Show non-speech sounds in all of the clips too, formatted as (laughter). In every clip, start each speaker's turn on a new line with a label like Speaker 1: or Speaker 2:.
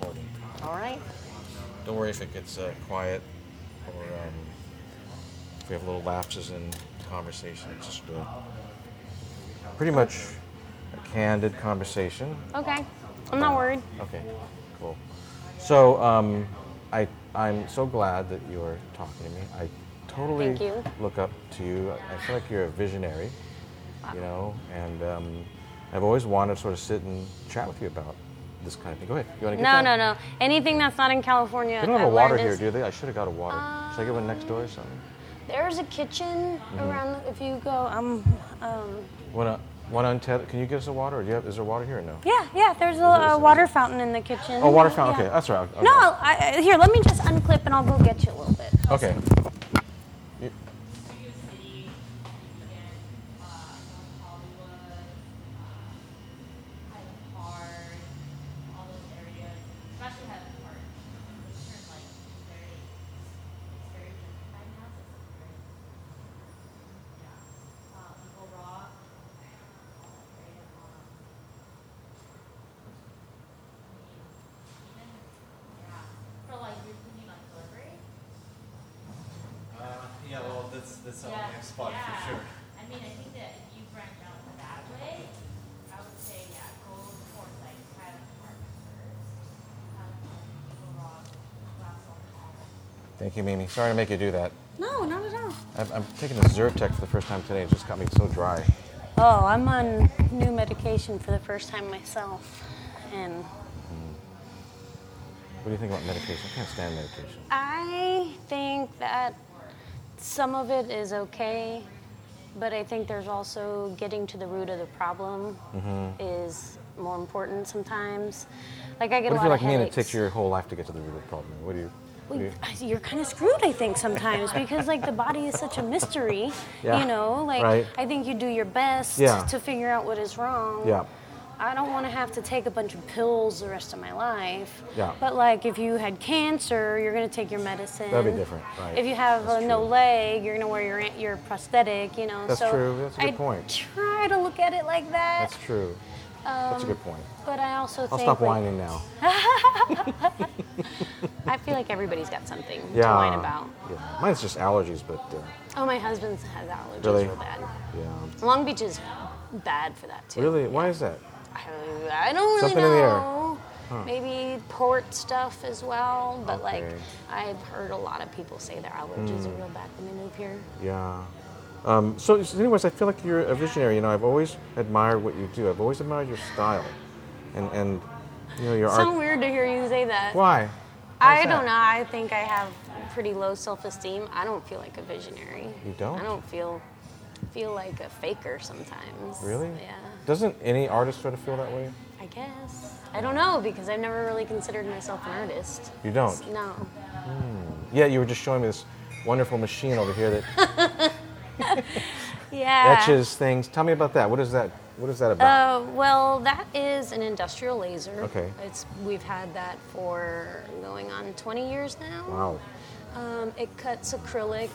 Speaker 1: recording.
Speaker 2: All right.
Speaker 1: Don't worry if it gets uh, quiet or um, if we have little lapses in conversation. It's just uh, pretty much a candid conversation.
Speaker 2: Okay. I'm not worried.
Speaker 1: Okay, cool. So um, I I'm so glad that you're talking to me. I totally
Speaker 2: Thank you.
Speaker 1: look up to you. I feel like you're a visionary, you know. And um, I've always wanted to sort of sit and chat with you about this kind of thing. Go ahead. You want to get
Speaker 2: No,
Speaker 1: that?
Speaker 2: no, no. Anything that's not in California.
Speaker 1: They don't have
Speaker 2: I've
Speaker 1: a water
Speaker 2: learned Um,
Speaker 1: here,
Speaker 2: is-
Speaker 1: do they? I should have got a water. Should I get one next door or something?
Speaker 2: There's a kitchen
Speaker 1: Mm-hmm.
Speaker 2: around. If you go, um, um,
Speaker 1: One, uh, one untethered. Can you give us a water? Or do you have, is there water here or no?
Speaker 2: yeah, yeah. There's a,
Speaker 1: is
Speaker 2: uh
Speaker 1: it-
Speaker 2: water fountain in the kitchen.
Speaker 1: Oh, water fountain.
Speaker 2: Yeah.
Speaker 1: Okay, that's right. Okay.
Speaker 2: No, I, I- here. Let me just unclip and I'll go get you a little bit. I'll
Speaker 1: Okay.
Speaker 2: sit-
Speaker 1: You-
Speaker 3: For like you're thinking like delivery?
Speaker 4: Uh, yeah, well, that's that's a
Speaker 3: Yeah,
Speaker 4: yeah. spot
Speaker 3: yeah.
Speaker 4: for sure.
Speaker 3: I mean, I think that if you branch out that way, I would say, yeah, go towards like private apartments first. Um, overall, glass on all.
Speaker 1: Thank you, Mimi. Sorry to make you do that.
Speaker 2: No, not at all.
Speaker 1: I'm, I'm taking a Zyrtec for the first time today. It just got me so dry.
Speaker 2: Oh, I'm on new medication for the first time myself, and
Speaker 1: What do you think about medication? I can't stand medication.
Speaker 2: I think that some of it is okay, but I think there's also getting to the root of the problem
Speaker 1: Mm-hmm.
Speaker 2: is more important sometimes. Like I get
Speaker 1: What if
Speaker 2: a lot
Speaker 1: you're like
Speaker 2: of
Speaker 1: me and it
Speaker 2: headaches.
Speaker 1: takes your whole life to get to the root of the problem? What do you? What do you
Speaker 2: you're kind of screwed, I think, sometimes because like the body is such a mystery.
Speaker 1: Yeah,
Speaker 2: You know, like
Speaker 1: right.
Speaker 2: I think you do your best
Speaker 1: Yeah.
Speaker 2: to figure out what is wrong.
Speaker 1: yeah.
Speaker 2: I don't want to have to take a bunch of pills the rest of my life.
Speaker 1: Yeah.
Speaker 2: But like, if you had cancer, you're gonna take your medicine.
Speaker 1: That'd be different, right.
Speaker 2: If you have
Speaker 1: That's
Speaker 2: a no
Speaker 1: true.
Speaker 2: leg, you're gonna wear your your prosthetic. You know.
Speaker 1: That's
Speaker 2: so
Speaker 1: true. That's a good
Speaker 2: I
Speaker 1: point.
Speaker 2: Try to look at it like that.
Speaker 1: That's true. That's
Speaker 2: um,
Speaker 1: a good point.
Speaker 2: But I also
Speaker 1: I'll
Speaker 2: think
Speaker 1: stop
Speaker 2: like,
Speaker 1: whining now.
Speaker 2: I feel like everybody's got something to
Speaker 1: Yeah.
Speaker 2: whine about.
Speaker 1: Yeah. Mine's just allergies, but uh,
Speaker 2: Oh, my husband has allergies
Speaker 1: Really?
Speaker 2: real bad.
Speaker 1: yeah.
Speaker 2: Long Beach is bad for that too.
Speaker 1: Really? Why is that?
Speaker 2: I, I don't really
Speaker 1: Something
Speaker 2: know.
Speaker 1: in the air.
Speaker 2: Maybe port stuff as well, but like
Speaker 1: Okay. Hmm.
Speaker 2: I've heard a lot of people say their allergies are real bad when they move here.
Speaker 1: Yeah. Um, so, so anyways, I feel like you're a visionary. You know, I've always admired what you do. I've always admired your style, and and you know your
Speaker 2: So
Speaker 1: art.
Speaker 2: weird to hear you say that.
Speaker 1: Why?
Speaker 2: I
Speaker 1: Why's that?
Speaker 2: don't know. I think I have pretty low self-esteem. I don't feel like a visionary.
Speaker 1: You don't?
Speaker 2: I don't feel feel like a faker sometimes.
Speaker 1: Really?
Speaker 2: Yeah.
Speaker 1: Doesn't any artist sort of feel that way?
Speaker 2: I guess. I don't know because I've never really considered myself an artist.
Speaker 1: You don't.
Speaker 2: No.
Speaker 1: Yeah, you were just showing me this wonderful machine over here
Speaker 2: (laughs)
Speaker 1: that
Speaker 2: Yeah.
Speaker 1: etches things. Tell me about that. What is that? What is that about?
Speaker 2: Uh, well, that is an industrial laser.
Speaker 1: Okay.
Speaker 2: It's we've had that for going on 20 years now.
Speaker 1: wow.
Speaker 2: Um, it cuts acrylic,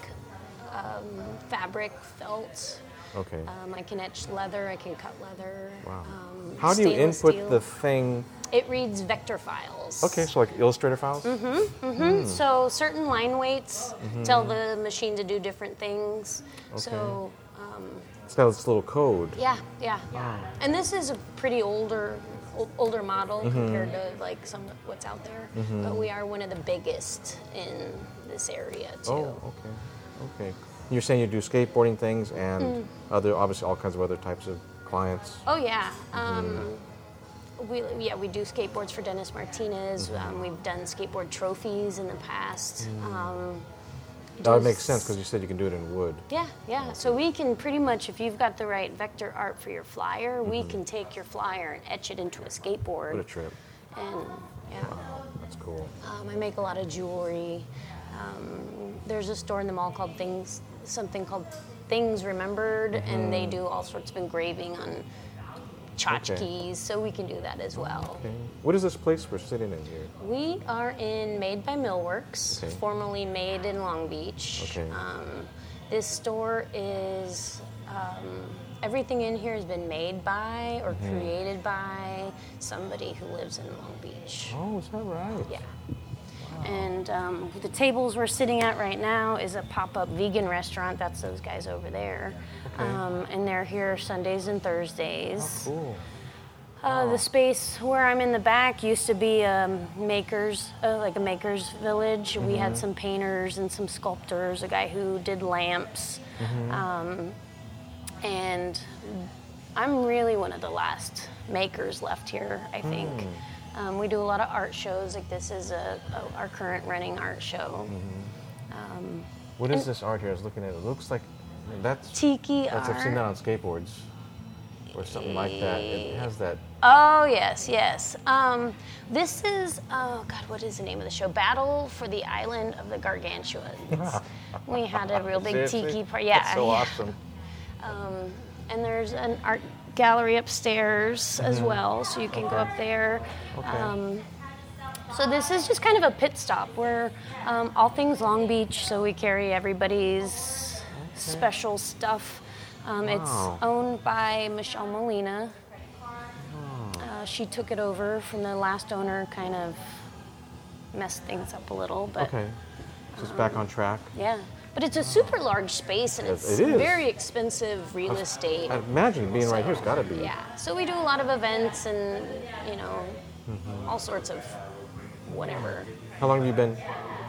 Speaker 2: um, fabric, felt.
Speaker 1: Okay.
Speaker 2: Um, I can etch leather. I can cut leather.
Speaker 1: wow.
Speaker 2: Um,
Speaker 1: How do you input
Speaker 2: stainless steel.
Speaker 1: the thing?
Speaker 2: It reads vector files. Hmm.
Speaker 1: Okay, Hmm. so like Illustrator files.
Speaker 2: Mm-hmm. So certain line weights
Speaker 1: Mm-hmm.
Speaker 2: tell the machine to do different things. So
Speaker 1: It's got this little code.
Speaker 2: Yeah, yeah. And this is a pretty older o- older model
Speaker 1: Mm-hmm.
Speaker 2: compared to like some what's out there. But we are one of the biggest in this area too.
Speaker 1: Oh, okay, okay. You're saying you do skateboarding things and
Speaker 2: Hmm.
Speaker 1: other, obviously, all kinds of other types of clients.
Speaker 2: Oh, yeah. Um,
Speaker 1: Mm-hmm.
Speaker 2: we yeah we do skateboards for Dennis Martinez. Um, we've done skateboard trophies in the past.
Speaker 1: Mm-hmm.
Speaker 2: Um,
Speaker 1: That would make sense because you said you can do it in wood.
Speaker 2: yeah, yeah. So we can pretty much, if you've got the right vector art for your flyer, we can take your flyer and etch it into a skateboard.
Speaker 1: Mm-hmm. What a trip!
Speaker 2: And yeah.
Speaker 1: That's cool.
Speaker 2: Um, I make a lot of jewelry. Um, there's a store in the mall called Things, something called Things Remembered, and
Speaker 1: Mm-hmm.
Speaker 2: they do all sorts of engraving on tchotchkes, so we can do that as well.
Speaker 1: Okay. What is this place we're sitting in here?
Speaker 2: We are in Made by Millworks,
Speaker 1: Okay.
Speaker 2: formerly Made in Long Beach.
Speaker 1: Okay.
Speaker 2: Um, this store is um, everything in here has been made by
Speaker 1: Mm-hmm.
Speaker 2: or created by somebody who lives in Long Beach.
Speaker 1: Oh, is that right?
Speaker 2: Yeah. And um, the tables we're sitting at right now is a pop up vegan restaurant. That's those guys over there. Um, and they're here Sundays and Thursdays.
Speaker 1: Cool.
Speaker 2: Uh,
Speaker 1: Oh.
Speaker 2: the space where I'm in the back used to be um, makers, uh, like a makers village. We had
Speaker 1: Mm-hmm.
Speaker 2: some painters and some sculptors, a guy who did lamps.
Speaker 1: Mm-hmm.
Speaker 2: Um, and I'm really one of the last makers left here, I think.
Speaker 1: Mm.
Speaker 2: Um, we do a lot of art shows, like this is a, a, our current running art show.
Speaker 1: Mm. What is this art here? I was looking at it. It looks like I mean, that's.
Speaker 2: Tiki
Speaker 1: that's
Speaker 2: art.
Speaker 1: I've seen that on skateboards or something like that. It has that.
Speaker 2: Oh yes, yes. Um, this is oh god, what is the name of the show? Battle for the Island of the Gargantuans. we had a real big
Speaker 1: Seriously?
Speaker 2: tiki party. Yeah,
Speaker 1: That's so
Speaker 2: yeah.
Speaker 1: awesome.
Speaker 2: And there's an art gallery upstairs as well, so you can go up there.
Speaker 1: Okay.
Speaker 2: Um, So this is just kind of a pit stop. We're um, all things Long Beach, so we carry everybody's special stuff. Um,
Speaker 1: Wow.
Speaker 2: It's owned by Michelle Molina.
Speaker 1: Oh.
Speaker 2: Uh, she took it over from the last owner, kind of messed things up a little, but
Speaker 1: okay. So it's back on track.
Speaker 2: yeah. But it's a super large space, and
Speaker 1: Yes,
Speaker 2: it's
Speaker 1: it is.
Speaker 2: very expensive real estate.
Speaker 1: I imagine being right here's got to be.
Speaker 2: Yeah. So we do a lot of events and you know
Speaker 1: Mm-hmm.
Speaker 2: all sorts of whatever.
Speaker 1: How long have you been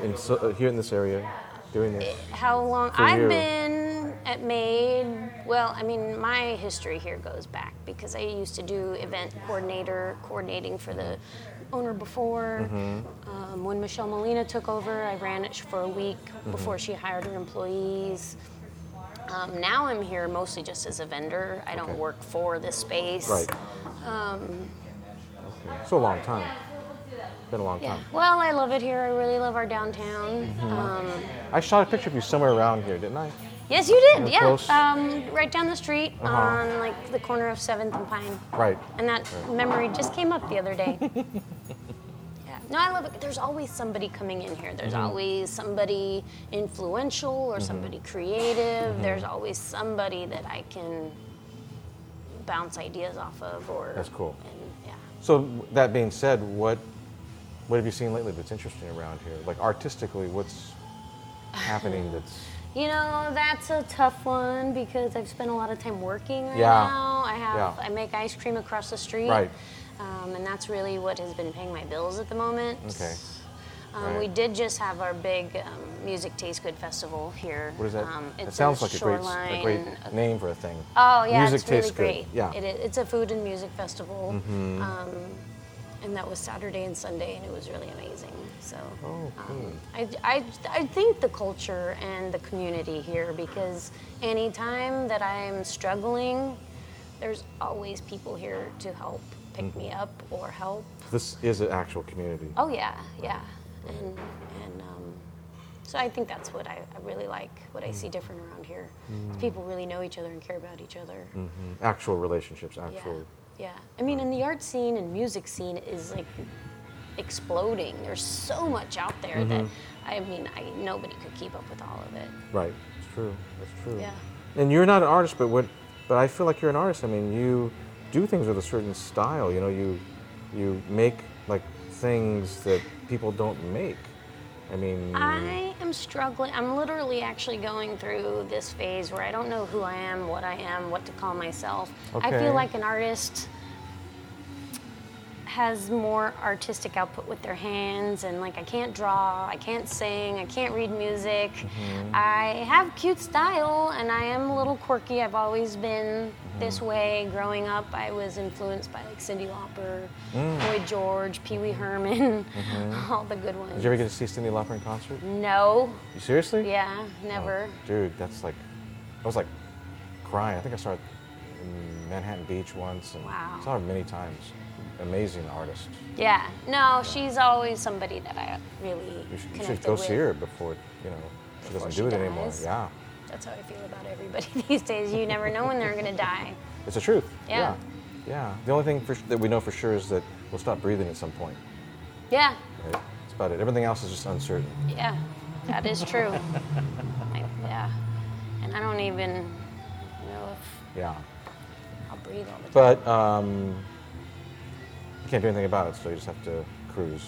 Speaker 1: in, so- uh, here in this area doing this?
Speaker 2: How long
Speaker 1: For
Speaker 2: I've
Speaker 1: you.
Speaker 2: been at Made? Well, I mean, my history here goes back because I used to do event coordinator, coordinating for the owner before.
Speaker 1: Mm-hmm.
Speaker 2: Um, when Michelle Molina took over, I ran it for a week
Speaker 1: Mm-hmm.
Speaker 2: before she hired her employees. Um, now I'm here mostly just as a vendor. I don't
Speaker 1: Okay.
Speaker 2: work for this space.
Speaker 1: Right. Um, It's a long time. Been a long
Speaker 2: Yeah.
Speaker 1: time.
Speaker 2: Well, I love it here. I really love our downtown.
Speaker 1: Mm-hmm.
Speaker 2: Um,
Speaker 1: I shot a picture of you somewhere around here, didn't I?
Speaker 2: yes, you did.
Speaker 1: You're
Speaker 2: Yeah.
Speaker 1: close.
Speaker 2: Um, right down the street
Speaker 1: Uh-huh.
Speaker 2: on like the corner of Seventh and Pine.
Speaker 1: Right.
Speaker 2: And that memory just came up the
Speaker 1: (laughs)
Speaker 2: other day. yeah. No, I love it. There's always somebody coming in here.
Speaker 1: Mm-hmm.
Speaker 2: There's always somebody influential or somebody creative.
Speaker 1: Mm-hmm.
Speaker 2: There's always somebody that I can bounce ideas off of or
Speaker 1: That's cool.
Speaker 2: And, yeah.
Speaker 1: So that being said, what what have you seen lately that's interesting around here? Like artistically, what's happening?
Speaker 2: (sighs)
Speaker 1: That's
Speaker 2: You know, that's a tough one because I've spent a lot of time working right
Speaker 1: Yeah.
Speaker 2: now. I have
Speaker 1: Yeah.
Speaker 2: I make ice cream across the street.
Speaker 1: Right.
Speaker 2: Um, and that's really what has been paying my bills at the moment.
Speaker 1: Okay.
Speaker 2: Um,
Speaker 1: Right.
Speaker 2: We did just have our big um, music tastes good festival here.
Speaker 1: what is that?
Speaker 2: Um,
Speaker 1: it
Speaker 2: it's
Speaker 1: sounds
Speaker 2: in
Speaker 1: like a great a
Speaker 2: Shoreline.
Speaker 1: great name for a thing.
Speaker 2: Oh yeah,
Speaker 1: music
Speaker 2: it's really
Speaker 1: tastes
Speaker 2: great.
Speaker 1: good. Yeah, Mm-hmm.
Speaker 2: It is, it's a food and music festival. Um, and that was Saturday and Sunday, and it was really amazing. So
Speaker 1: Oh,
Speaker 2: um, I, I, I think the culture and the community here, because anytime that I'm struggling, there's always people here to help pick me
Speaker 1: Mm-hmm.
Speaker 2: up or help.
Speaker 1: This is an actual community.
Speaker 2: Oh yeah, yeah, and and um, so I think that's what I, I really like. What I see different around here, is people really know each other and care about each other.
Speaker 1: Mhm. Actual relationships.
Speaker 2: Yeah,
Speaker 1: Actual.
Speaker 2: yeah. I mean, and the art scene and music scene is like exploding. There's so much out there that I mean, I nobody could keep up with all of it.
Speaker 1: Right. It's true. It's true.
Speaker 2: Yeah.
Speaker 1: And you're not an artist, but what? But I feel like you're an artist. I mean, you do things with a certain style. You know, you you make like things that people don't make. I mean,
Speaker 2: I am struggling. I'm literally actually going through this phase where I don't know who I am, what I am, what to call myself. I
Speaker 1: Okay.
Speaker 2: feel like an artist has more artistic output with their hands and like I can't draw, I can't sing, I can't read music. I have cute style and I am a little quirky. I've always been this way. Growing up, I was influenced by like Cindy Lauper, Boy George, Pee Wee Herman, (laughs) all the good ones.
Speaker 1: did you ever get to see Cindy Lauper in concert?
Speaker 2: No.
Speaker 1: You seriously?
Speaker 2: Yeah,
Speaker 1: Oh.
Speaker 2: never.
Speaker 1: Dude, that's like, I was like crying. I think I saw her in Manhattan Beach once. And
Speaker 2: Wow.
Speaker 1: Saw her many times. Amazing artist.
Speaker 2: Yeah. No, she's always somebody that I really
Speaker 1: You should, you should
Speaker 2: connected
Speaker 1: go
Speaker 2: with.
Speaker 1: see her before, you know, she doesn't
Speaker 2: Before
Speaker 1: do it
Speaker 2: she
Speaker 1: anymore.
Speaker 2: dies.
Speaker 1: Yeah.
Speaker 2: That's how I feel about everybody (laughs) these days. You never know when they're gonna die.
Speaker 1: It's the truth.
Speaker 2: Yeah.
Speaker 1: Yeah. Yeah. The only thing for, that we know for sure is that we'll stop breathing at some point.
Speaker 2: Yeah,
Speaker 1: Right? That's about it. Everything else is just uncertain.
Speaker 2: yeah, that
Speaker 1: (laughs)
Speaker 2: is true. Like, yeah, and I don't even know if
Speaker 1: Yeah.
Speaker 2: read all the time.
Speaker 1: But um, you can't do anything about it, so you just have to cruise.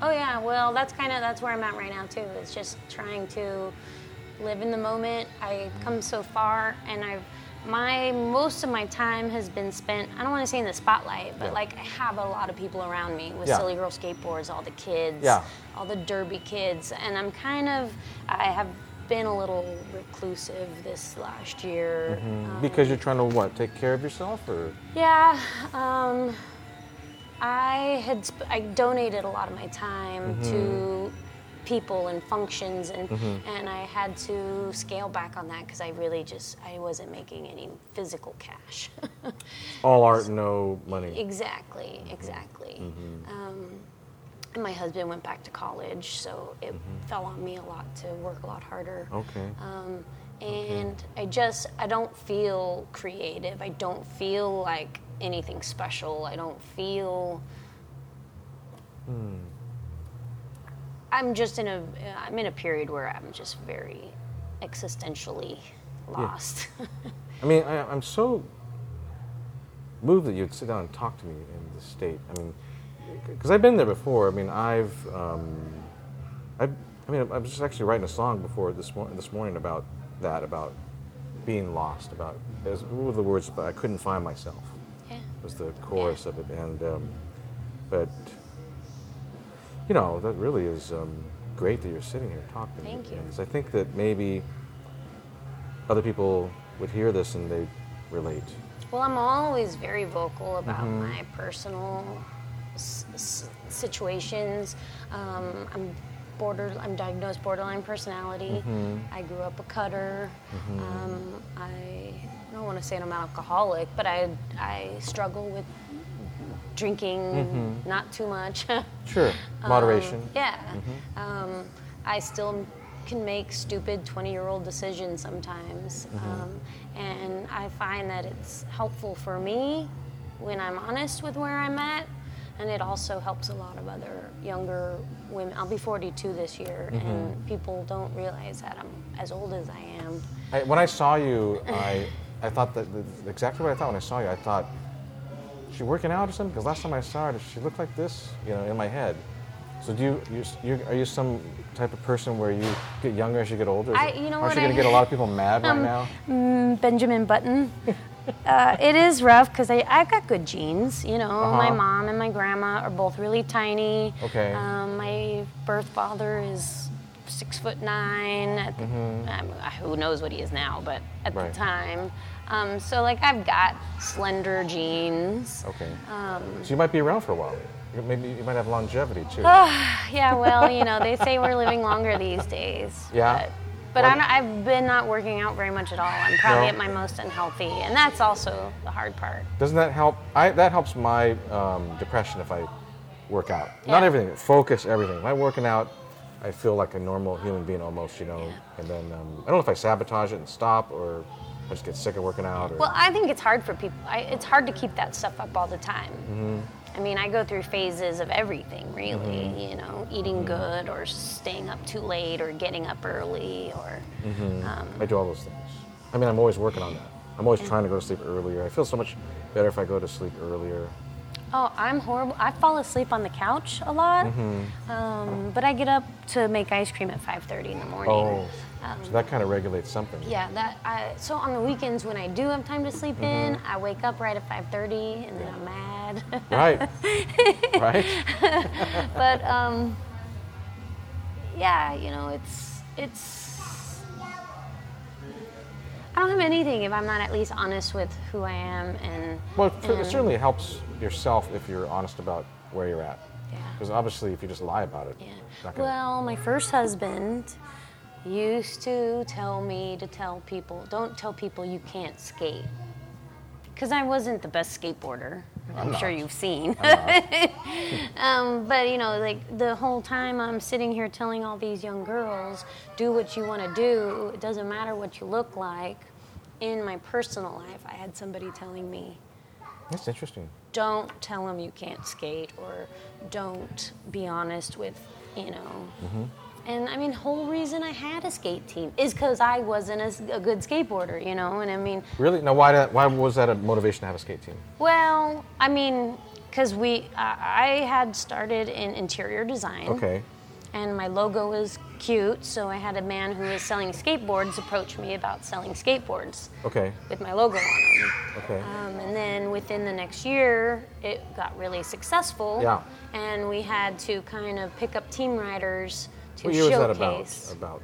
Speaker 2: Oh yeah, well that's kind of that's where I'm at right now too. It's just trying to live in the moment. I've come so far, and I've my most of my time has been spent. I don't want to say in the spotlight, but
Speaker 1: Yeah.
Speaker 2: like I have a lot of people around me with
Speaker 1: Yeah.
Speaker 2: silly girl skateboards, all the kids,
Speaker 1: Yeah.
Speaker 2: all the derby kids, and I'm kind of I have been a little reclusive this last year.
Speaker 1: Mm-hmm. because you're trying to what? Take care of yourself, or
Speaker 2: Yeah, um, I had sp- I donated a lot of my time to people and functions, and and I had to scale back on that because I really just I wasn't making any physical cash.
Speaker 1: all art, no money.
Speaker 2: exactly, exactly. Um, and my husband went back to college, so it fell on me a lot to work a lot harder.
Speaker 1: Okay.
Speaker 2: Um, and I just, I don't feel creative. I don't feel like anything special. I don't feel. I'm just in a, I'm in a period where I'm just very existentially lost. (laughs)
Speaker 1: I mean, I, I'm so moved that you'd sit down and talk to me in this state. I mean, because I've been there before. I mean, I've, um, I, I mean, I was just actually writing a song before this mor- this morning about that, about being lost, about it was- what were the words? But I couldn't find myself.
Speaker 2: yeah.
Speaker 1: was the chorus of it, and um, but you know that really is um, great that you're sitting here talking. to me
Speaker 2: Thank you.
Speaker 1: because I think that maybe other people would hear this and they relate.
Speaker 2: Well, I'm always very vocal about my personal s- s- situations. Um, I'm border. I'm diagnosed borderline personality. I grew up a cutter. Um, I don't want to say I'm an alcoholic, but I I struggle with drinking, not too much. (laughs)
Speaker 1: Sure, moderation.
Speaker 2: Um, yeah. Um, I still can make stupid 20 year old decisions sometimes. Um, and I find that it's helpful for me when I'm honest with where I'm at. And it also helps a lot of other younger women. I'll be 42 this year, and people don't realize that I'm as old as I am.
Speaker 1: I, when I saw you, I I thought that that- exactly what I thought when I saw you. I thought is she working out or something because last time I saw her, did she looked like this? You know, in my head. So do you, you, you are you some type of person where you get younger as you get older? Is
Speaker 2: I-
Speaker 1: it-
Speaker 2: you know
Speaker 1: aren't
Speaker 2: what,
Speaker 1: you going
Speaker 2: I- Um,
Speaker 1: to get a lot of people mad
Speaker 2: (laughs)
Speaker 1: right now?
Speaker 2: Benjamin Button. Uh, it is rough because I've got good genes. You know, my
Speaker 1: Uh-huh.
Speaker 2: mom and my grandma are both really tiny.
Speaker 1: Okay.
Speaker 2: Um, my birth father is six foot nine. At the, um, who knows what he is now, but at
Speaker 1: Mm-hmm. Right.
Speaker 2: the time. Um, so, like, I've got slender genes.
Speaker 1: Okay.
Speaker 2: um,
Speaker 1: so you might be around for a while. You- Maybe you might have longevity too.
Speaker 2: Oh, Yeah, well, you know, they say we're living longer these days.
Speaker 1: Yeah.
Speaker 2: But, but
Speaker 1: Well-
Speaker 2: I'm, I've been not working out very much at all. I'm probably
Speaker 1: No.
Speaker 2: at my most unhealthy, and that's also the hard part.
Speaker 1: Doesn't that help? I, that helps my um, depression if I work out. Not
Speaker 2: Yeah.
Speaker 1: everything. Focus everything. When I'm working out, I feel like a normal human being almost. You know.
Speaker 2: Yeah.
Speaker 1: And then um, I don't know if I sabotage it and stop, or I just get sick of working out. Or
Speaker 2: Well, I think it's hard for people. I, it's hard to keep that stuff up all the time. I mean, I go through phases of everything, really. You know, eating good or staying up too late or getting up early or. Um,
Speaker 1: I do all those things. I mean, I'm always working on that. I'm always trying to go to sleep earlier. I feel so much better if I go to sleep earlier.
Speaker 2: oh, I'm horrible. I fall asleep on the couch a lot, um, but I get up to make ice cream at 5:30 in the morning.
Speaker 1: Oh,
Speaker 2: Um,
Speaker 1: so that kind of regulates something.
Speaker 2: yeah, that. I, so on the weekends when I do have time to sleep in, I wake up right at 5:30 and then I'm mad. (laughs)
Speaker 1: Right. right.
Speaker 2: but um, yeah, you know, it's it's. I don't have anything if I'm not at least honest with who I am and
Speaker 1: Well, it
Speaker 2: Mm.
Speaker 1: cer- it certainly helps yourself if you're honest about where you're at.
Speaker 2: Yeah.
Speaker 1: Because obviously, if you just lie about it,
Speaker 2: yeah.
Speaker 1: it's not gonna-
Speaker 2: Well, my first husband used to tell me to tell people, don't tell people you can't skate. Because I wasn't the best skateboarder. I'm, sure
Speaker 1: not.
Speaker 2: you've seen. (laughs) um, but you know, like the whole time I'm sitting here telling all these young girls, do what you want to do. It doesn't matter what you look like. In my personal life, I had somebody telling me,
Speaker 1: that's interesting.
Speaker 2: don't tell them you can't skate or don't be honest with you know And I mean, whole reason I had a skate team is because I wasn't a s a a good skateboarder, you know. And I mean,
Speaker 1: Really? Now, why, that, why was that a motivation to have a skate team?
Speaker 2: well, I mean, because we, I I had started in interior design.
Speaker 1: Okay.
Speaker 2: and my logo is cute, so I had a man who was selling skateboards approach me about selling skateboards
Speaker 1: Okay.
Speaker 2: with my logo on them.
Speaker 1: Okay.
Speaker 2: Um, and then within the next year, it got really successful.
Speaker 1: Yeah.
Speaker 2: And we had to kind of pick up team riders to
Speaker 1: what year was that about?
Speaker 2: showcase.
Speaker 1: About.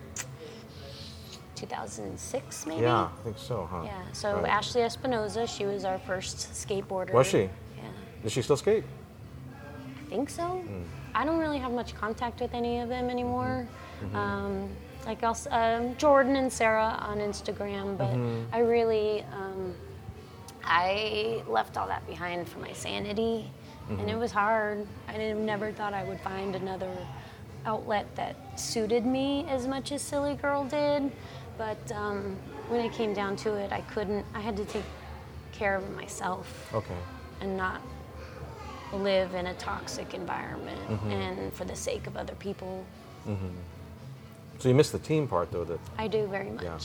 Speaker 2: 2006, maybe?
Speaker 1: Yeah, I think so, huh?
Speaker 2: Yeah, So
Speaker 1: Right.
Speaker 2: Ashley Espinoza, she was our first skateboarder.
Speaker 1: Was she?
Speaker 2: Yeah.
Speaker 1: Does she still skate?
Speaker 2: think so. I don't really have much contact with any of them anymore. Um, like I'll, s- um, Jordan and Sarah on Instagram, but I really um, I left all that behind for my sanity, and it was hard. I didn't, never thought I would find another outlet that suited me as much as Silly Girl did, but um, when it came down to it, I couldn't. I had to take care of myself
Speaker 1: Okay.
Speaker 2: and not live in a toxic environment
Speaker 1: Mm-hmm.
Speaker 2: and for the sake of other people.
Speaker 1: So you missed the team part, though. That
Speaker 2: I do very much.
Speaker 1: Yeah.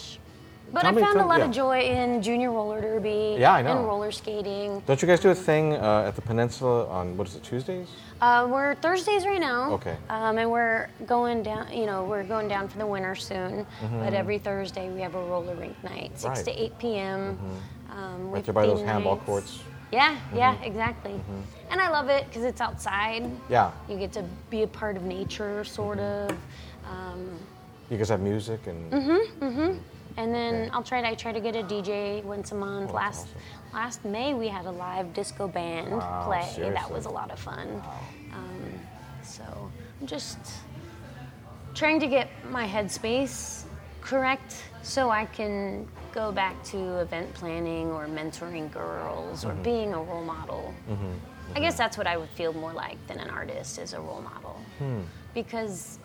Speaker 2: But
Speaker 1: Tell
Speaker 2: I
Speaker 1: me-
Speaker 2: found
Speaker 1: tell-
Speaker 2: a lot
Speaker 1: yeah.
Speaker 2: of joy in junior roller derby
Speaker 1: Yeah, I know.
Speaker 2: and roller skating.
Speaker 1: don't you guys do a thing uh, at the Peninsula on what is it Tuesdays?
Speaker 2: Uh, we're Thursdays right now.
Speaker 1: Okay.
Speaker 2: Um, and we're going down, you know, we're going down for the winter soon. But every Thursday we have a roller rink night, 6
Speaker 1: Mm-hmm. Right. Mm-hmm.
Speaker 2: to 8 p.m. Um,
Speaker 1: Right
Speaker 2: with
Speaker 1: there by those
Speaker 2: theme
Speaker 1: handball
Speaker 2: nights.
Speaker 1: courts. Mm-hmm.
Speaker 2: Yeah, yeah, exactly. And I love it because it's outside.
Speaker 1: Yeah.
Speaker 2: You get to be a part of nature, sort
Speaker 1: Mm-hmm.
Speaker 2: of. Um,
Speaker 1: You guys have music and
Speaker 2: Mm-hmm. and then
Speaker 1: Okay. Oh,
Speaker 2: I'll try to I try to get a DJ once a month.
Speaker 1: that's
Speaker 2: last
Speaker 1: awesome.
Speaker 2: last May we had a live disco band
Speaker 1: Wow,
Speaker 2: play. That
Speaker 1: seriously?
Speaker 2: was a lot of fun. Um, so I'm just trying to get my headspace correct so I can go back to event planning or mentoring girls
Speaker 1: Mm-hmm.
Speaker 2: or being a role model. I guess that's what I would feel more like than an artist is a role model.
Speaker 1: Hmm.
Speaker 2: Because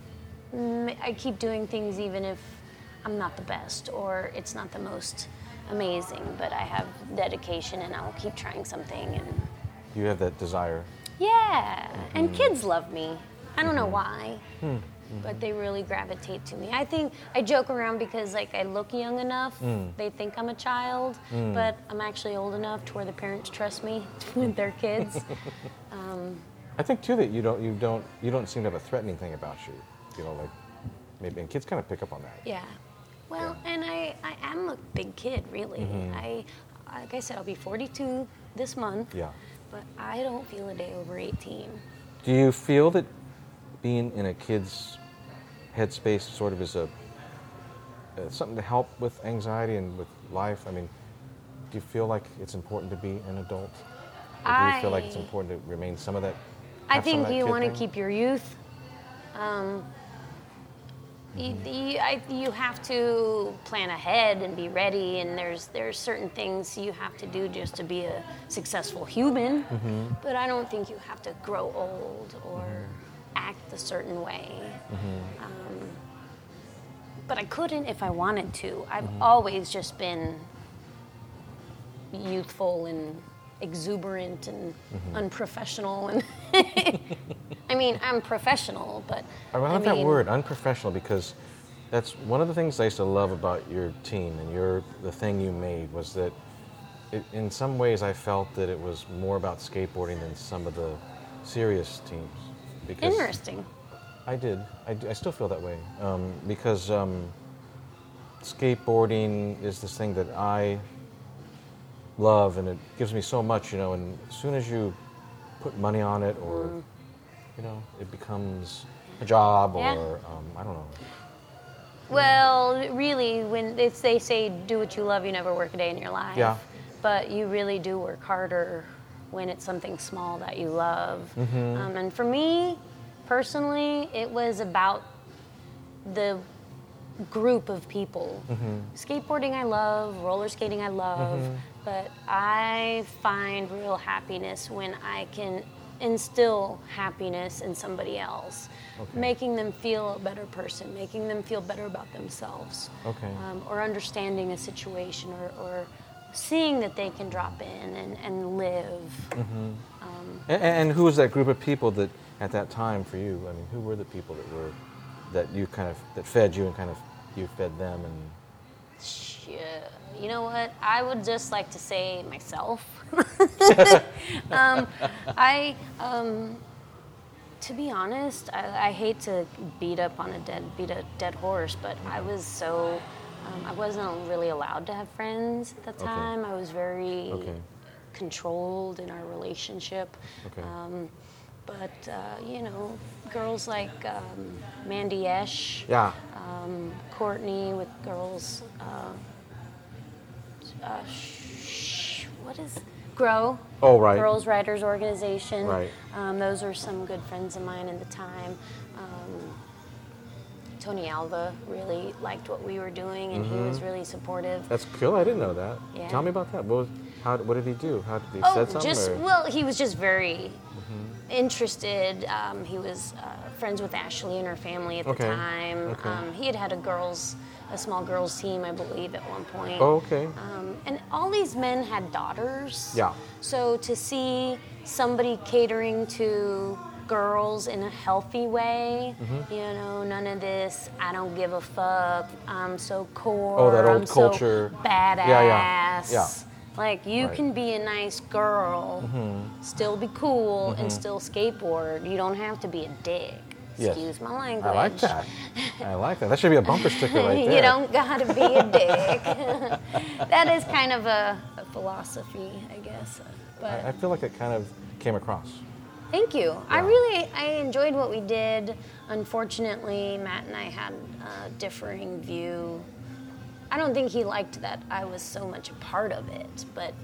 Speaker 2: m- I keep doing things even if I'm not the best or it's not the most amazing, but I have dedication and I will keep trying something. And
Speaker 1: you have that desire.
Speaker 2: yeah, and kids love me. I don't know why, but they really gravitate to me. I think I joke around because like I look young enough, they think I'm a child, but I'm actually old enough to where the parents trust me (laughs) with their kids.
Speaker 1: I think too that you don't you don't you don't seem to have a threatening thing about you. You know, like maybe and kids kind of pick up on that.
Speaker 2: Yeah. Well, and I, I am a big kid, really. I, like I said, I'll be 42 this month.
Speaker 1: Yeah.
Speaker 2: But I don't feel a day over 18.
Speaker 1: Do you feel that being in a kid's headspace sort of is a uh, something to help with anxiety and with life? I mean, do you feel like it's important to be an adult? Or do you feel like it's
Speaker 2: I-
Speaker 1: important to remain some of that?
Speaker 2: I
Speaker 1: have some of
Speaker 2: think
Speaker 1: that
Speaker 2: you
Speaker 1: kid
Speaker 2: want to
Speaker 1: thing?
Speaker 2: keep your youth. Um,
Speaker 1: Mm-hmm.
Speaker 2: you- you, I, you have to plan ahead and be ready, and there's there's certain things you have to do just to be a successful human.
Speaker 1: Mm-hmm.
Speaker 2: But I don't think you have to grow old or
Speaker 1: Mm-hmm.
Speaker 2: act a certain way. Um, but I couldn't if I wanted to. I've
Speaker 1: Mm-hmm.
Speaker 2: always just been youthful and exuberant and
Speaker 1: Mm-hmm.
Speaker 2: unprofessional and (laughs) I mean I'm professional but
Speaker 1: I love
Speaker 2: mean,
Speaker 1: that word, unprofessional, because that's one of the things I used to love about your team and your the thing you made was that it, in some ways I felt that it was more about skateboarding than some of the serious teams. Because
Speaker 2: interesting
Speaker 1: I did. I, d- I still feel that way um, because um, skateboarding is this thing that I love, and it gives me so much, you know. And as soon as you put money on it, or
Speaker 2: Mm.
Speaker 1: you know, it becomes a job,
Speaker 2: Yeah.
Speaker 1: or um, I don't know.
Speaker 2: well really when if they say do what you love you never work a day in your life
Speaker 1: Yeah.
Speaker 2: but you really do work harder when it's something small that you love
Speaker 1: Mm-hmm.
Speaker 2: um, and for me personally it was about the group of people. Skateboarding I love, roller skating I love, but I find real happiness when I can instill happiness in somebody else, making them feel a better person, making them feel better about themselves,
Speaker 1: Okay.
Speaker 2: um, or understanding a situation, or, or seeing that they can drop in and, and live.
Speaker 1: And, and who was that group of people that at that time for you? I mean, who were the people that were that you kind of that fed you and kind of you fed them and
Speaker 2: Shit. You know what? I would just like to
Speaker 1: (laughs)
Speaker 2: say myself. um, I, um, to be honest, I, I hate to beat up on a dead beat a dead horse, but
Speaker 1: Mm-hmm.
Speaker 2: I was so um, I wasn't really allowed to have friends at the
Speaker 1: Okay.
Speaker 2: time. I was very
Speaker 1: Okay.
Speaker 2: controlled in our relationship.
Speaker 1: okay
Speaker 2: Um, but uh, you know, girls like um, Mandy Esch.
Speaker 1: yeah
Speaker 2: Courtney with girls. Uh, uh, sh- what is Grow?
Speaker 1: Oh, right.
Speaker 2: Girls Writers Organization.
Speaker 1: Right.
Speaker 2: Um, those are some good friends of mine at the time. Um, Tony Alva really liked what we were doing, and he was really supportive.
Speaker 1: Mm-hmm. that's cool I didn't know that
Speaker 2: Yeah.
Speaker 1: tell me about that what was how what did he do how did he
Speaker 2: Oh,
Speaker 1: said something
Speaker 2: just
Speaker 1: or-
Speaker 2: well, he was just very
Speaker 1: Mm-hmm.
Speaker 2: interested. Um, he was uh, friends with Ashley and her family at
Speaker 1: Okay.
Speaker 2: the time.
Speaker 1: Okay.
Speaker 2: Um, he had had a girls, a small girls team, I believe, at one point.
Speaker 1: oh okay
Speaker 2: Um, and all these men had daughters.
Speaker 1: Yeah.
Speaker 2: So to see somebody catering to girls in a healthy way,
Speaker 1: Mm-hmm.
Speaker 2: you know, none of this, I don't give a fuck, I'm so core,
Speaker 1: Oh, that old
Speaker 2: I'm
Speaker 1: culture.
Speaker 2: so
Speaker 1: Yeah,
Speaker 2: badass.
Speaker 1: yeah, yeah.
Speaker 2: Like you
Speaker 1: Right. Mm-hmm.
Speaker 2: can be a nice girl, still be cool, and still skateboard. You don't have to be a dick.
Speaker 1: Yes.
Speaker 2: Excuse my language.
Speaker 1: I like
Speaker 2: (laughs)
Speaker 1: that I like that that should be a bumper sticker right there
Speaker 2: You don't gotta be
Speaker 1: (laughs)
Speaker 2: a dick. (laughs) that is kind of a, a philosophy, I guess. But
Speaker 1: I, I feel like it kind of came across
Speaker 2: thank you. I
Speaker 1: Yeah.
Speaker 2: really I enjoyed what we did. Unfortunately, Matt and I had a differing view. I don't think he liked that I was so much a part of it, but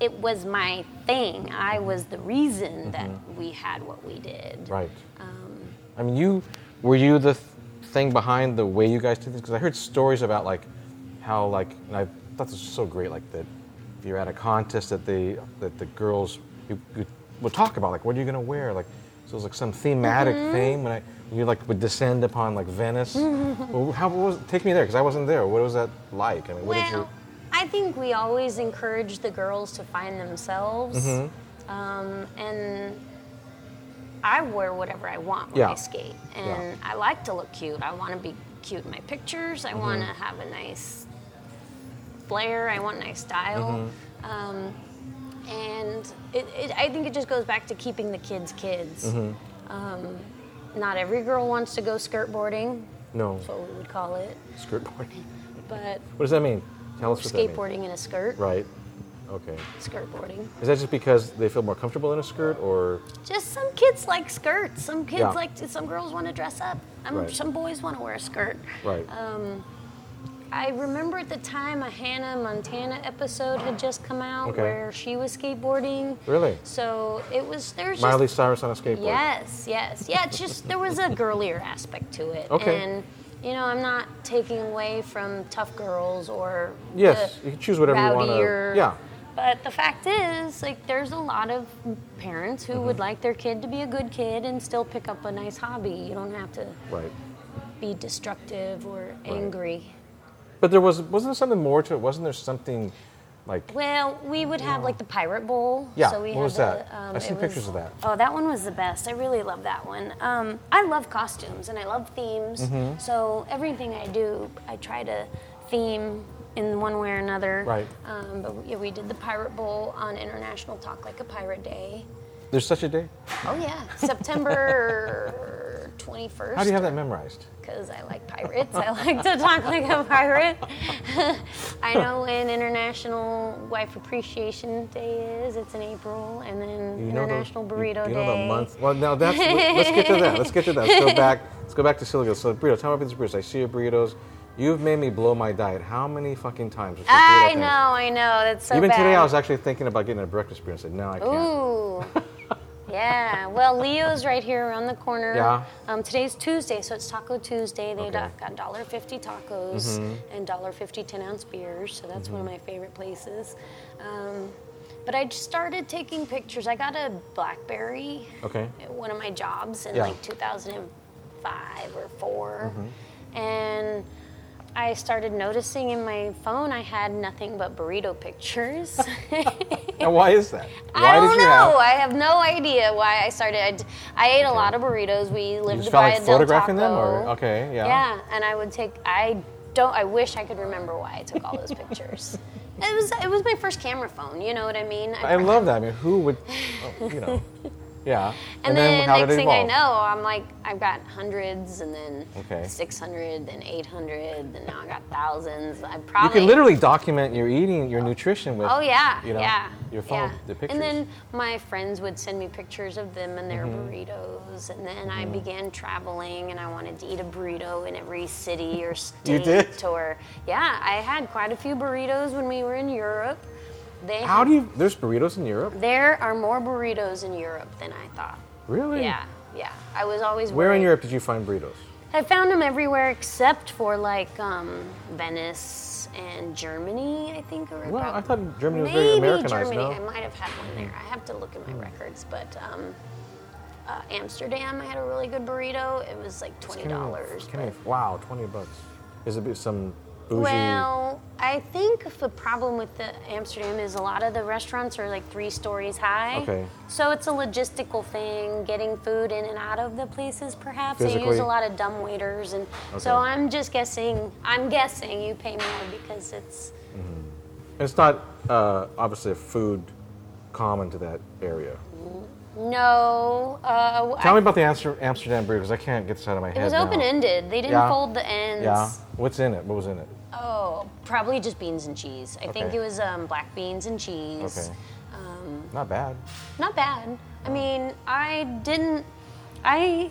Speaker 2: it was my thing. I was the reason
Speaker 1: Mm-hmm.
Speaker 2: that we had what we did.
Speaker 1: right I mean you were you the th- thing behind the way you guys did this because I heard stories about like how like and I thought this was so great like that if you're at a contest that the that the girls you, you would talk about like what are you gonna wear like so it was like some thematic thing when I you like would descend upon like Venice well, how what was take me there because I wasn't there what was that like I mean what did you
Speaker 2: Well, I think we always encourage the girls to find themselves.
Speaker 1: Mm-hmm.
Speaker 2: Um, and I wear whatever I want when
Speaker 1: Yeah.
Speaker 2: I skate. And I like to look cute. I want to be cute in my pictures.
Speaker 1: Mm-hmm.
Speaker 2: I want to have a nice flair. I want nice style.
Speaker 1: Mm-hmm.
Speaker 2: Um, and it, it, I think it just goes back to keeping the kids kids.
Speaker 1: Mm-hmm.
Speaker 2: Um, not every girl wants to go skirtboarding.
Speaker 1: no
Speaker 2: That's what we would call it.
Speaker 1: skateboarding
Speaker 2: But
Speaker 1: what does that mean tell us what that means
Speaker 2: skateboarding in a skirt.
Speaker 1: right okay
Speaker 2: skirtboarding.
Speaker 1: is that just because they feel more comfortable in a skirt or
Speaker 2: Just some kids like skirts. Some kids
Speaker 1: Yeah.
Speaker 2: like to, some girls want to dress up. Um,
Speaker 1: Right.
Speaker 2: Some boys want to wear a skirt.
Speaker 1: right
Speaker 2: Um, I remember at the time a Hannah Montana episode had just come out
Speaker 1: Okay.
Speaker 2: where she was skateboarding.
Speaker 1: Really?
Speaker 2: So it was there's
Speaker 1: Miley
Speaker 2: just
Speaker 1: Cyrus on a skateboard.
Speaker 2: yes, yes, yeah. It's just there was a girlier aspect to it.
Speaker 1: Okay.
Speaker 2: And you know I'm not taking away from tough girls or
Speaker 1: Yes,
Speaker 2: the
Speaker 1: you can choose whatever you want
Speaker 2: rowdier-
Speaker 1: to. Yeah.
Speaker 2: But the fact is, like, there's a lot of parents who
Speaker 1: Mm-hmm.
Speaker 2: would like their kid to be a good kid and still pick up a nice hobby. You don't have to
Speaker 1: Right.
Speaker 2: be destructive or angry.
Speaker 1: But there was wasn't there something more to it? Wasn't there something like
Speaker 2: Well, we would have like the Pirate Bowl.
Speaker 1: Yeah,
Speaker 2: So we
Speaker 1: what
Speaker 2: had
Speaker 1: was
Speaker 2: the,
Speaker 1: that?
Speaker 2: Um,
Speaker 1: I've seen
Speaker 2: it
Speaker 1: pictures
Speaker 2: was-
Speaker 1: of that.
Speaker 2: Oh, that one was the best. I really love that one. Um, I love costumes and I love themes.
Speaker 1: Mm-hmm.
Speaker 2: So everything I do, I try to theme in one way or another.
Speaker 1: Right.
Speaker 2: Um, but yeah, we did the Pirate Bowl on International Talk Like a Pirate Day.
Speaker 1: there's such a day?
Speaker 2: Oh yeah, September twenty first.
Speaker 1: How do you have that memorized?
Speaker 2: Because I like pirates. I like to talk like a pirate. (laughs) I know when International Wife Appreciation Day is. It's in April, and then
Speaker 1: You know the-
Speaker 2: International
Speaker 1: you-
Speaker 2: Burrito
Speaker 1: you,
Speaker 2: Day.
Speaker 1: know the month. Well, now that's let's get to that. Let's get to that.
Speaker 2: (laughs)
Speaker 1: Let's go back. Let's go back to Silvio. So burrito, tell me about these burritos. I see your burritos. You've made me blow my diet. How many fucking times? with this burrito
Speaker 2: I
Speaker 1: thing?
Speaker 2: know, I know. That's so
Speaker 1: Even
Speaker 2: bad.
Speaker 1: today, I was actually thinking about getting a breakfast burrito. I said, no, I can't. (laughs)
Speaker 2: Ooh. Yeah, well, Leo's right here around the corner.
Speaker 1: Yeah.
Speaker 2: Um, today's Tuesday, so it's Taco Tuesday. They
Speaker 1: Okay. Mm-hmm.
Speaker 2: got got $1.50 tacos and $1.50 10 ounce beers, so that's one of my favorite places. Um, but I just started taking pictures. I got a Blackberry
Speaker 1: Okay.
Speaker 2: at one of my jobs in
Speaker 1: Yeah. Mm-hmm.
Speaker 2: like 2005 or 4 and I started noticing in my phone I had nothing but burrito pictures. (laughs)
Speaker 1: Now, why is that? Why
Speaker 2: I don't
Speaker 1: did you
Speaker 2: know.
Speaker 1: have?
Speaker 2: I have no idea why I started. I, d- I ate a lot of burritos. We lived
Speaker 1: just felt
Speaker 2: by
Speaker 1: like
Speaker 2: a
Speaker 1: photographing
Speaker 2: Del
Speaker 1: them, or-
Speaker 2: Taco.
Speaker 1: okay, yeah.
Speaker 2: Yeah, and I would take. I don't. I wish I could remember why I took all
Speaker 1: (laughs)
Speaker 2: those pictures. It was it was my first camera phone. You know what I mean?
Speaker 1: I love that. I mean, who would, oh, you
Speaker 2: (laughs)
Speaker 1: know, yeah.
Speaker 2: And, then,
Speaker 1: how
Speaker 2: next
Speaker 1: did it
Speaker 2: thing I
Speaker 1: evolve?
Speaker 2: know, I'm like, I've got hundreds, and then
Speaker 1: Okay.
Speaker 2: 600, then 800, then now I got thousands. I
Speaker 1: you
Speaker 2: probably
Speaker 1: can literally document your eating, your nutrition with.
Speaker 2: Oh yeah,
Speaker 1: you know,
Speaker 2: yeah.
Speaker 1: Your phone,
Speaker 2: yeah.
Speaker 1: the pictures. Mm-hmm.
Speaker 2: And then my friends would send me pictures of them and their burritos, and then I began traveling, and I wanted to eat a burrito in every city
Speaker 1: (laughs)
Speaker 2: or state.
Speaker 1: did?
Speaker 2: Or yeah, I had quite a few burritos when we were in Europe. They
Speaker 1: how do you? There's burritos in Europe.
Speaker 2: There are more burritos in Europe than I thought.
Speaker 1: Really?
Speaker 2: Yeah, yeah. I was always
Speaker 1: Where in
Speaker 2: worried.
Speaker 1: Europe did you find burritos?
Speaker 2: I found them everywhere except for like um, Venice and Germany, I think. Or
Speaker 1: Well,
Speaker 2: about-
Speaker 1: I thought Germany was
Speaker 2: Maybe
Speaker 1: very Americanized,
Speaker 2: Germany.
Speaker 1: no? Hmm.
Speaker 2: I might have had one there. I have to look at my records, but um, uh, Amsterdam, I had a really good burrito. It was like twenty dollars.
Speaker 1: Can I- wow, twenty bucks. Is it some bougie?
Speaker 2: Well, I think the problem with the Amsterdam is a lot of the restaurants are like three stories high.
Speaker 1: Okay.
Speaker 2: So it's a logistical thing, getting food in and out of the places. Perhaps they use
Speaker 1: Physically?
Speaker 2: a lot of dumb waiters, and so
Speaker 1: Okay.
Speaker 2: I'm just guessing. I'm guessing you pay more because it's
Speaker 1: it's not uh, obviously a food common to that area.
Speaker 2: no. Uh,
Speaker 1: Tell
Speaker 2: Mm, I-
Speaker 1: me about the Amster- Amsterdam burritos. I can't get this out of my head.
Speaker 2: it was
Speaker 1: now.
Speaker 2: open ended. They didn't
Speaker 1: Yeah.
Speaker 2: fold the ends.
Speaker 1: Yeah. What's in it? What was in it?
Speaker 2: Oh, probably just beans and cheese. I think
Speaker 1: Okay.
Speaker 2: it was um, black beans and cheese.
Speaker 1: Okay.
Speaker 2: um,
Speaker 1: Not bad.
Speaker 2: not bad. I mean, I didn't, I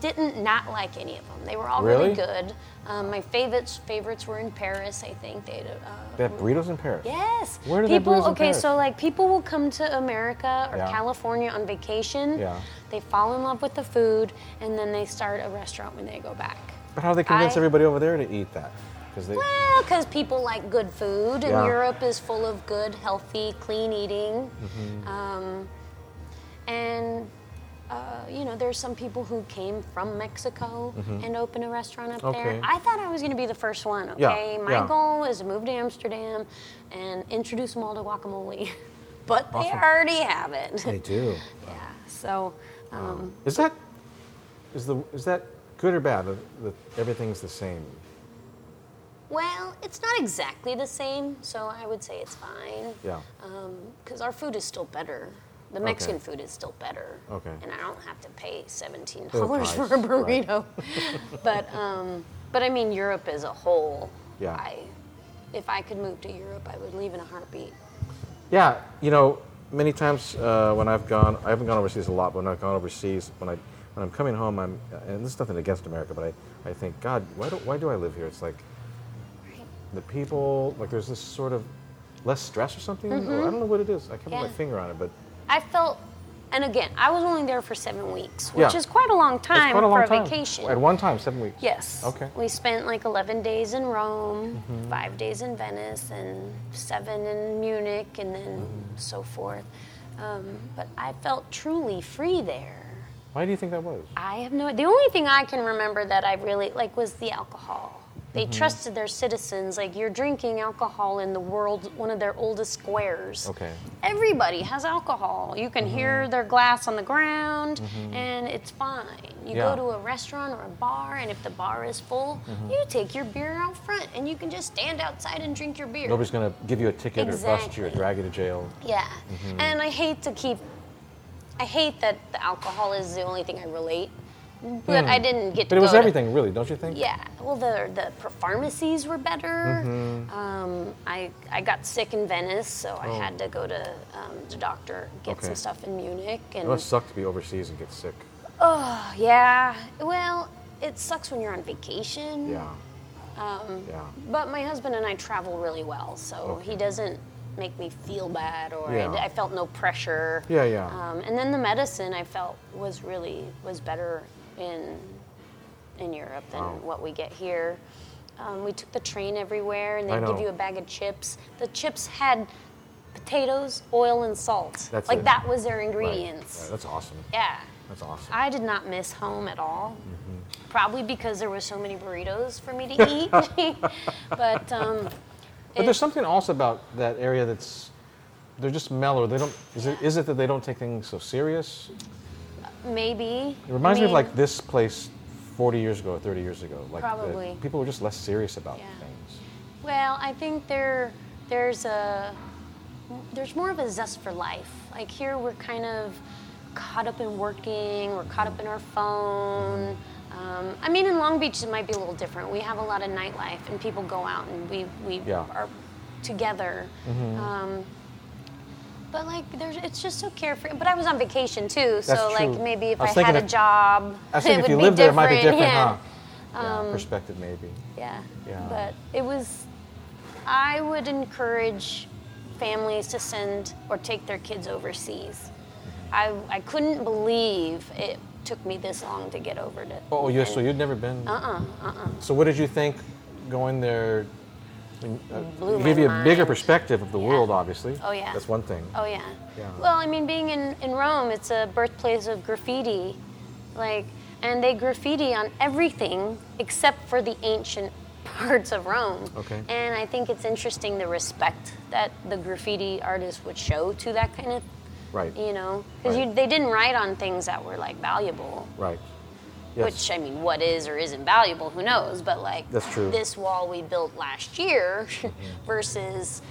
Speaker 2: didn't not like any of them. They were all really,
Speaker 1: Really?
Speaker 2: good. Um, my favorites favorites were in Paris. I think they. Uh,
Speaker 1: They have burritos in Paris.
Speaker 2: Yes.
Speaker 1: Where do they have
Speaker 2: people?
Speaker 1: burritos in
Speaker 2: okay,
Speaker 1: Paris?
Speaker 2: so like people will come to America or
Speaker 1: Yeah.
Speaker 2: California on vacation.
Speaker 1: Yeah.
Speaker 2: They fall in love with the food, and then they start a restaurant when they go back.
Speaker 1: But how do they convince
Speaker 2: I-
Speaker 1: everybody over there to eat that? Because they.
Speaker 2: Well, because people like good food, and
Speaker 1: Yeah.
Speaker 2: Europe is full of good, healthy, clean eating.
Speaker 1: Mm-hmm.
Speaker 2: Um, and, uh, you know, there's some people who came from Mexico and opened a restaurant up
Speaker 1: Mm-hmm. Okay.
Speaker 2: there. I thought I was going to be the first one,
Speaker 1: Yeah,
Speaker 2: okay? My
Speaker 1: yeah.
Speaker 2: goal is to move to Amsterdam and introduce them all to guacamole. (laughs) but they
Speaker 1: Awesome.
Speaker 2: already have it. (laughs)
Speaker 1: They do.
Speaker 2: yeah. So, um,
Speaker 1: Is that is the is that good or bad? That that everything's the same.
Speaker 2: well, it's not exactly the same, so I would say it's fine.
Speaker 1: Yeah.
Speaker 2: Uh. because our food is still better. The Mexican food is still better.
Speaker 1: Okay.
Speaker 2: And I don't have to pay seventeen
Speaker 1: The
Speaker 2: dollars for a
Speaker 1: price, right. (laughs)
Speaker 2: burrito. (laughs) but um, but I mean Europe as a whole.
Speaker 1: Yeah.
Speaker 2: I, if I could move to Europe, I would leave in a heartbeat.
Speaker 1: Yeah, you know, many times uh, when I've gone, I haven't gone overseas a lot, but when I've gone overseas, when I when I'm coming home, I'm uh, and this is nothing against America, but I, I think God, why do why do I live here? It's like the people, like there's this sort of less stress or something. Or I don't know what it is. I can't put my
Speaker 2: Mm-hmm. Yeah.
Speaker 1: finger on it, but
Speaker 2: I felt, and again, I was only there for seven weeks, which
Speaker 1: Yeah.
Speaker 2: is quite a long
Speaker 1: it's
Speaker 2: time
Speaker 1: quite a long
Speaker 2: for a
Speaker 1: time.
Speaker 2: vacation.
Speaker 1: At one time, seven weeks.
Speaker 2: Yes.
Speaker 1: Okay. Mm-hmm.
Speaker 2: We spent like 11 days in Rome, five days in Venice, and seven in Munich, and then
Speaker 1: Mm-hmm.
Speaker 2: so forth. Um, but I felt truly free there.
Speaker 1: Why do you think that was?
Speaker 2: I have no. The only thing I can remember that I really like was the alcohol. They
Speaker 1: Mm-hmm.
Speaker 2: trusted their citizens. Like you're drinking alcohol in the world, one of their oldest squares.
Speaker 1: Okay.
Speaker 2: Everybody has alcohol. You can hear
Speaker 1: Mm-hmm.
Speaker 2: their glass on the ground, and it's fine. You
Speaker 1: Yeah. Mm-hmm.
Speaker 2: go to a restaurant or a bar, and if the bar is full, you take your beer out front, and you can just stand outside and drink your beer.
Speaker 1: Nobody's gonna give you a ticket or bust you or
Speaker 2: Exactly.
Speaker 1: drag you to jail.
Speaker 2: Yeah.
Speaker 1: Mm-hmm.
Speaker 2: And I hate to keep, I hate that the alcohol is the only thing I relate, but I didn't get to
Speaker 1: Hmm. But it was
Speaker 2: go to-
Speaker 1: everything, really, don't you think?
Speaker 2: yeah. Well, the, the pr- pharmacies were better.
Speaker 1: Mm-hmm.
Speaker 2: Um, I, I got sick in Venice, so I had to go to um, the doctor, get
Speaker 1: Oh. Okay.
Speaker 2: some stuff in Munich.
Speaker 1: It
Speaker 2: And
Speaker 1: must suck to be overseas and get sick.
Speaker 2: oh, yeah. Well, it sucks when you're on vacation.
Speaker 1: Yeah. Um, yeah.
Speaker 2: But my husband and I travel really well, so
Speaker 1: Okay.
Speaker 2: he doesn't make me feel bad or I-
Speaker 1: Yeah.
Speaker 2: I, felt no pressure.
Speaker 1: Yeah, yeah.
Speaker 2: Um, and then the medicine I felt was really was better in in Europe than
Speaker 1: Wow.
Speaker 2: what we get here. Um, we took the train everywhere, and they
Speaker 1: I
Speaker 2: would give
Speaker 1: know.
Speaker 2: you a bag of chips. The chips had potatoes, oil, and salt.
Speaker 1: That's
Speaker 2: like
Speaker 1: it.
Speaker 2: that was their
Speaker 1: Right.
Speaker 2: ingredients.
Speaker 1: Right, That's awesome.
Speaker 2: Yeah.
Speaker 1: That's awesome. Mm-hmm.
Speaker 2: I did not miss home at all. probably because there was so many burritos for me to
Speaker 1: (laughs)
Speaker 2: eat. (laughs) but um,
Speaker 1: But there's something also about that area that's they're just mellow. They don't. Is it, is it that they don't take things so serious?
Speaker 2: maybe
Speaker 1: It reminds
Speaker 2: I
Speaker 1: me of
Speaker 2: mean,
Speaker 1: like this place 40 years ago, 30 years ago. Like the-
Speaker 2: Probably.
Speaker 1: people were just less serious about
Speaker 2: Yeah. (laughs)
Speaker 1: things.
Speaker 2: Well, I think there there's a there's more of a zest for life. Like here, we're kind of caught up in working. We're caught up in our phone. Um, I mean, in Long Beach, it might be a little different. We have a lot of nightlife, and people go out, and we we
Speaker 1: Yeah. Mm-hmm.
Speaker 2: are together. Um, but like, there's it's just so carefree. But I was on vacation too, so
Speaker 1: That's
Speaker 2: like
Speaker 1: true.
Speaker 2: maybe if
Speaker 1: I
Speaker 2: I,
Speaker 1: was
Speaker 2: had
Speaker 1: thinking
Speaker 2: a
Speaker 1: if-
Speaker 2: job,
Speaker 1: I was thinking
Speaker 2: (laughs) it would
Speaker 1: if you
Speaker 2: be
Speaker 1: lived there, it might be
Speaker 2: different,
Speaker 1: different,
Speaker 2: yeah.
Speaker 1: huh?
Speaker 2: Um,
Speaker 1: Yeah, perspective, maybe.
Speaker 2: Yeah.
Speaker 1: Yeah.
Speaker 2: But it was, I would encourage families to send or take their kids overseas. I, I couldn't believe it took me this long to get over it.
Speaker 1: Oh, yeah. So you'd never been. Uh
Speaker 2: Uh-uh,
Speaker 1: uh. Uh uh. So what did you think going there?
Speaker 2: Blew my
Speaker 1: Give you a bigger
Speaker 2: mind.
Speaker 1: perspective of the world, obviously.
Speaker 2: Oh, yeah.
Speaker 1: That's one thing.
Speaker 2: Oh yeah.
Speaker 1: Yeah.
Speaker 2: Well, I mean, being in, in Rome, it's a birthplace of graffiti, like, and they graffiti on everything except for the ancient (laughs) parts of Rome.
Speaker 1: Okay.
Speaker 2: And I think it's interesting the respect that the graffiti artists would show to that kind of,
Speaker 1: Right.
Speaker 2: you know, because
Speaker 1: Right.
Speaker 2: they didn't write on things that were like valuable.
Speaker 1: Right. Yes.
Speaker 2: Which I mean, what is or isn't valuable, who knows? But like
Speaker 1: That's true. Mm-hmm.
Speaker 2: this wall we built last year (laughs) versus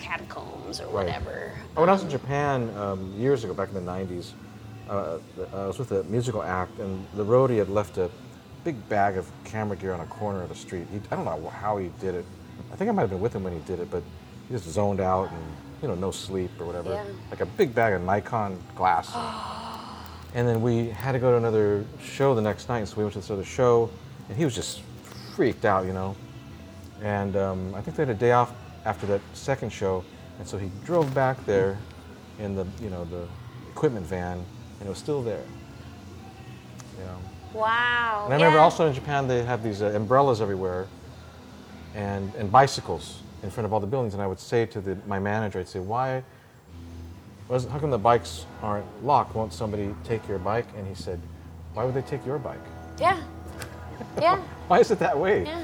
Speaker 2: catacombs or
Speaker 1: Right.
Speaker 2: whatever.
Speaker 1: Oh, When I was in Japan um, years ago, back in the 90s, uh, th- I was with a musical act, and the roadie had left a big bag of camera gear on a corner of the street. He, I don't know how he did it. I think I might have been with him when he did it, but he just zoned out and, you know, no sleep or whatever.
Speaker 2: Yeah.
Speaker 1: Like a big bag of Nikon glass. and then we had to go to another show the next night, so we went to this other show, and he was just freaked out, you know. And um, I think they had a day off after that second show, and so he drove back there in the you know the equipment van, and it was still there. You know,
Speaker 2: Wow.
Speaker 1: and I remember
Speaker 2: yeah.
Speaker 1: also in Japan they have these uh, umbrellas everywhere, and and bicycles in front of all the buildings. And I would say to the, my manager, I'd say, why? Was, how come the bikes aren't locked? Won't somebody take your bike? And he said, why would they take your bike?
Speaker 2: Yeah. Yeah.
Speaker 1: Why is it that way?
Speaker 2: Yeah.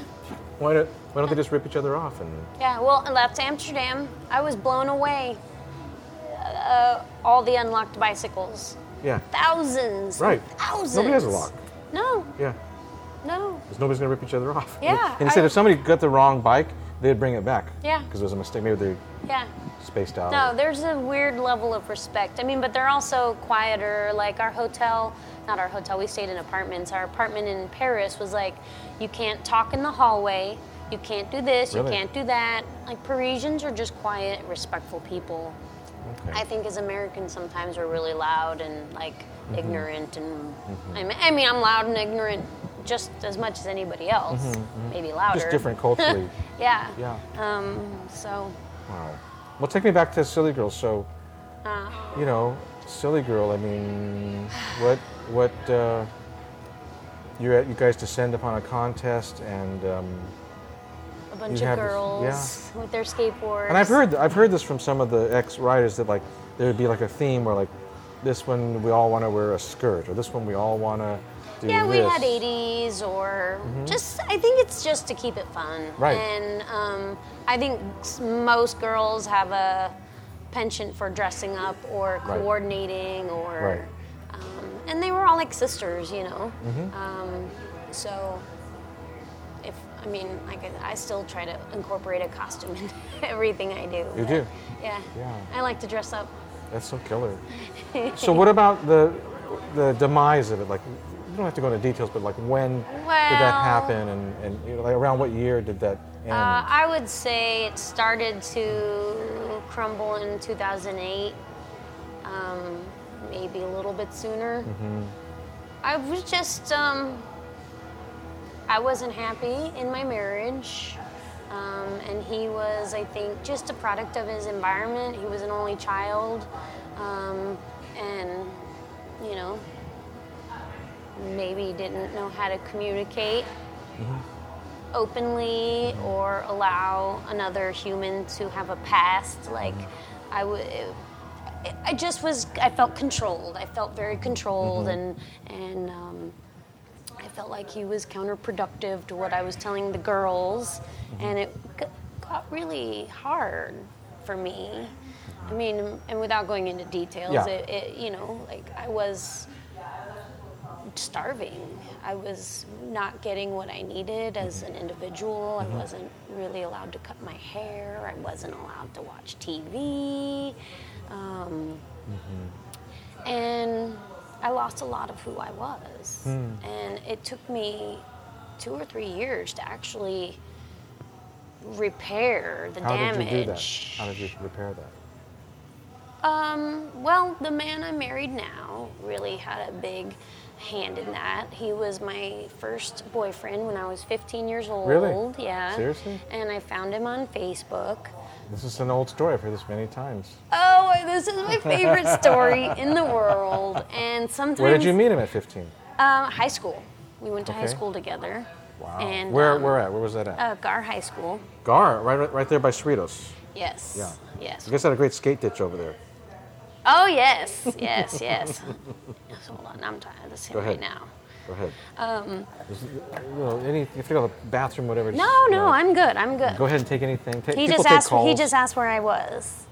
Speaker 1: Why don't, why don't they just rip each other off and
Speaker 2: Yeah. Well, I left Amsterdam. I was blown away. Uh, all the unlocked bicycles.
Speaker 1: yeah?
Speaker 2: Thousands. and
Speaker 1: Right.
Speaker 2: Thousands.
Speaker 1: Nobody has a lock.
Speaker 2: No.
Speaker 1: Yeah,
Speaker 2: No.
Speaker 1: because nobody's gonna rip each other (laughs) off.
Speaker 2: Yeah,
Speaker 1: And he said
Speaker 2: I-
Speaker 1: if somebody got the wrong bike, they'd bring it back.
Speaker 2: Yeah.
Speaker 1: Because it was a mistake. Maybe they
Speaker 2: Yeah.
Speaker 1: spaced out.
Speaker 2: No, there's a weird level of respect. I mean, but they're also quieter. Like our hotel, not our hotel, we stayed in apartments. Our apartment in Paris was like, you can't talk in the hallway, you can't do this,
Speaker 1: Really?
Speaker 2: you can't do that. Like Parisians are just quiet, respectful people.
Speaker 1: Okay.
Speaker 2: I think as Americans, sometimes we're really loud and like
Speaker 1: Mm-hmm.
Speaker 2: ignorant, and I, mean, I mean, I'm loud and ignorant just as much as anybody else, maybe
Speaker 1: Mm-hmm,
Speaker 2: louder.
Speaker 1: Just different
Speaker 2: (laughs)
Speaker 1: culturally.
Speaker 2: yeah.
Speaker 1: yeah.
Speaker 2: So
Speaker 1: Wow. Well, take me back to Silly Girl. So,
Speaker 2: Uh-huh.
Speaker 1: you know, Silly Girl. I mean, what what uh, you you guys descend upon a contest, and um,
Speaker 2: a bunch
Speaker 1: You
Speaker 2: of
Speaker 1: have-
Speaker 2: girls
Speaker 1: yeah.
Speaker 2: with their skateboards.
Speaker 1: and I've heard I've heard this from some of the ex riders that like there would be like a theme where like this one we all want to wear a skirt, or this one we all want to do
Speaker 2: Yeah, we had
Speaker 1: this. Mm-hmm.
Speaker 2: 80s or just, I think it's just to keep it fun.
Speaker 1: Right.
Speaker 2: And um, I think s- most girls have a penchant for dressing up or
Speaker 1: Right.
Speaker 2: coordinating or. Um, and they were all like sisters, you know?
Speaker 1: Mm-hmm.
Speaker 2: Um, so, if, I mean, like I, I still try to incorporate a costume (laughs) in everything I do.
Speaker 1: You
Speaker 2: but
Speaker 1: do?
Speaker 2: Yeah.
Speaker 1: Yeah.
Speaker 2: I like to dress up.
Speaker 1: That's so killer. so what about the the demise of it? Like, you don't have to go into details, but like when did that
Speaker 2: Well-
Speaker 1: happen, and, and you know, like around what year did that end?
Speaker 2: Uh, I would say it started to crumble in 2008, um, maybe a little bit sooner. I was just, um, I wasn't happy in my marriage. Um, and he was, I think, just a product of his environment. He was an only child. Um, and, you know, maybe didn't know how to communicate openly or allow another human to have a past. Like, I would. I just was. I felt controlled. I felt very controlled, and and um, I felt like he was counterproductive to what I was telling the girls, and it g- got really hard for me. I mean, and without going into details,
Speaker 1: Yeah.
Speaker 2: it, it, you know, like I was starving. I was not getting what I needed as an individual. I wasn't really allowed to cut my hair. I wasn't allowed to watch TV. Um, And I lost a lot of who I was.
Speaker 1: Hmm.
Speaker 2: And it took me two or three years to actually repair the
Speaker 1: How
Speaker 2: damage.
Speaker 1: did you do that? How did you repair that?
Speaker 2: Um, well, the man I'm married now really had a big hand in that. He was my first boyfriend when I was 15 years old.
Speaker 1: Really?
Speaker 2: Yeah.
Speaker 1: Seriously?
Speaker 2: And I found him on Facebook.
Speaker 1: This is an old story. I've heard this many times.
Speaker 2: Oh, this is my favorite story in the world. And sometimes
Speaker 1: Where did you meet him at 15?
Speaker 2: Uh, high school. We went to high
Speaker 1: Okay.
Speaker 2: school together. And
Speaker 1: Oh. where,
Speaker 2: um,
Speaker 1: where at? Where was that at?
Speaker 2: Uh, Gar High School.
Speaker 1: Gar, right, right, right there by Cerritos.
Speaker 2: Yes.
Speaker 1: Yeah.
Speaker 2: Yes.
Speaker 1: You guys had a great skate ditch over there.
Speaker 2: Oh yes. Yes.
Speaker 1: (laughs)
Speaker 2: Yes. Yes, Hold on. I'm tired. This
Speaker 1: Go ahead.
Speaker 2: right now.
Speaker 1: Go ahead. Um, you know, any, if you go to the bathroom, whatever. just,
Speaker 2: No,
Speaker 1: you
Speaker 2: no,
Speaker 1: know,
Speaker 2: I'm good. I'm good.
Speaker 1: Go ahead and take anything. Ta-
Speaker 2: He
Speaker 1: people
Speaker 2: just
Speaker 1: take
Speaker 2: asked. He
Speaker 1: calls.
Speaker 2: just asked where I was,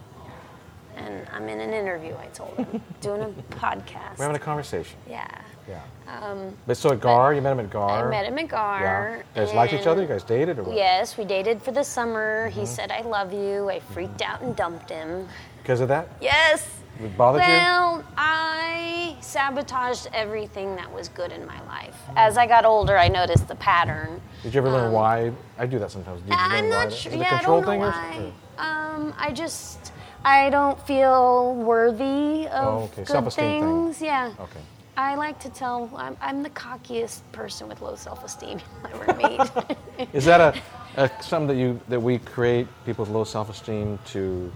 Speaker 2: and I'm in an interview. I told him doing a podcast.
Speaker 1: We're having a conversation.
Speaker 2: yeah,
Speaker 1: Yeah. but so at Gar, you met him at Gar.
Speaker 2: Um, I met him at Gar.
Speaker 1: Yeah. You guys liked each other? You
Speaker 2: and-
Speaker 1: guys Mm-hmm. dated or what?
Speaker 2: Yes, we dated for the summer. He said I love you. I freaked
Speaker 1: Mm-hmm.
Speaker 2: out and dumped him.
Speaker 1: Because of that?
Speaker 2: Yes.
Speaker 1: It bothered you?
Speaker 2: well, I sabotaged everything that was good in my life. As I got older, I noticed the pattern.
Speaker 1: Did you ever learn why? I do that sometimes. Did you
Speaker 2: um, I'm
Speaker 1: learn why?
Speaker 2: not
Speaker 1: that-
Speaker 2: sure.
Speaker 1: Is it a
Speaker 2: Yeah, I
Speaker 1: control
Speaker 2: don't know
Speaker 1: thing or-
Speaker 2: why. Um, I just I don't feel worthy of
Speaker 1: Oh, okay.
Speaker 2: good
Speaker 1: Self-esteem thing.
Speaker 2: things. Yeah.
Speaker 1: or- Okay.
Speaker 2: I like to tell I'm, I'm the cockiest person with low self-esteem (laughs) you'll ever
Speaker 1: (laughs)
Speaker 2: meet.
Speaker 1: Is that a, a something that you that we create people with low self-esteem to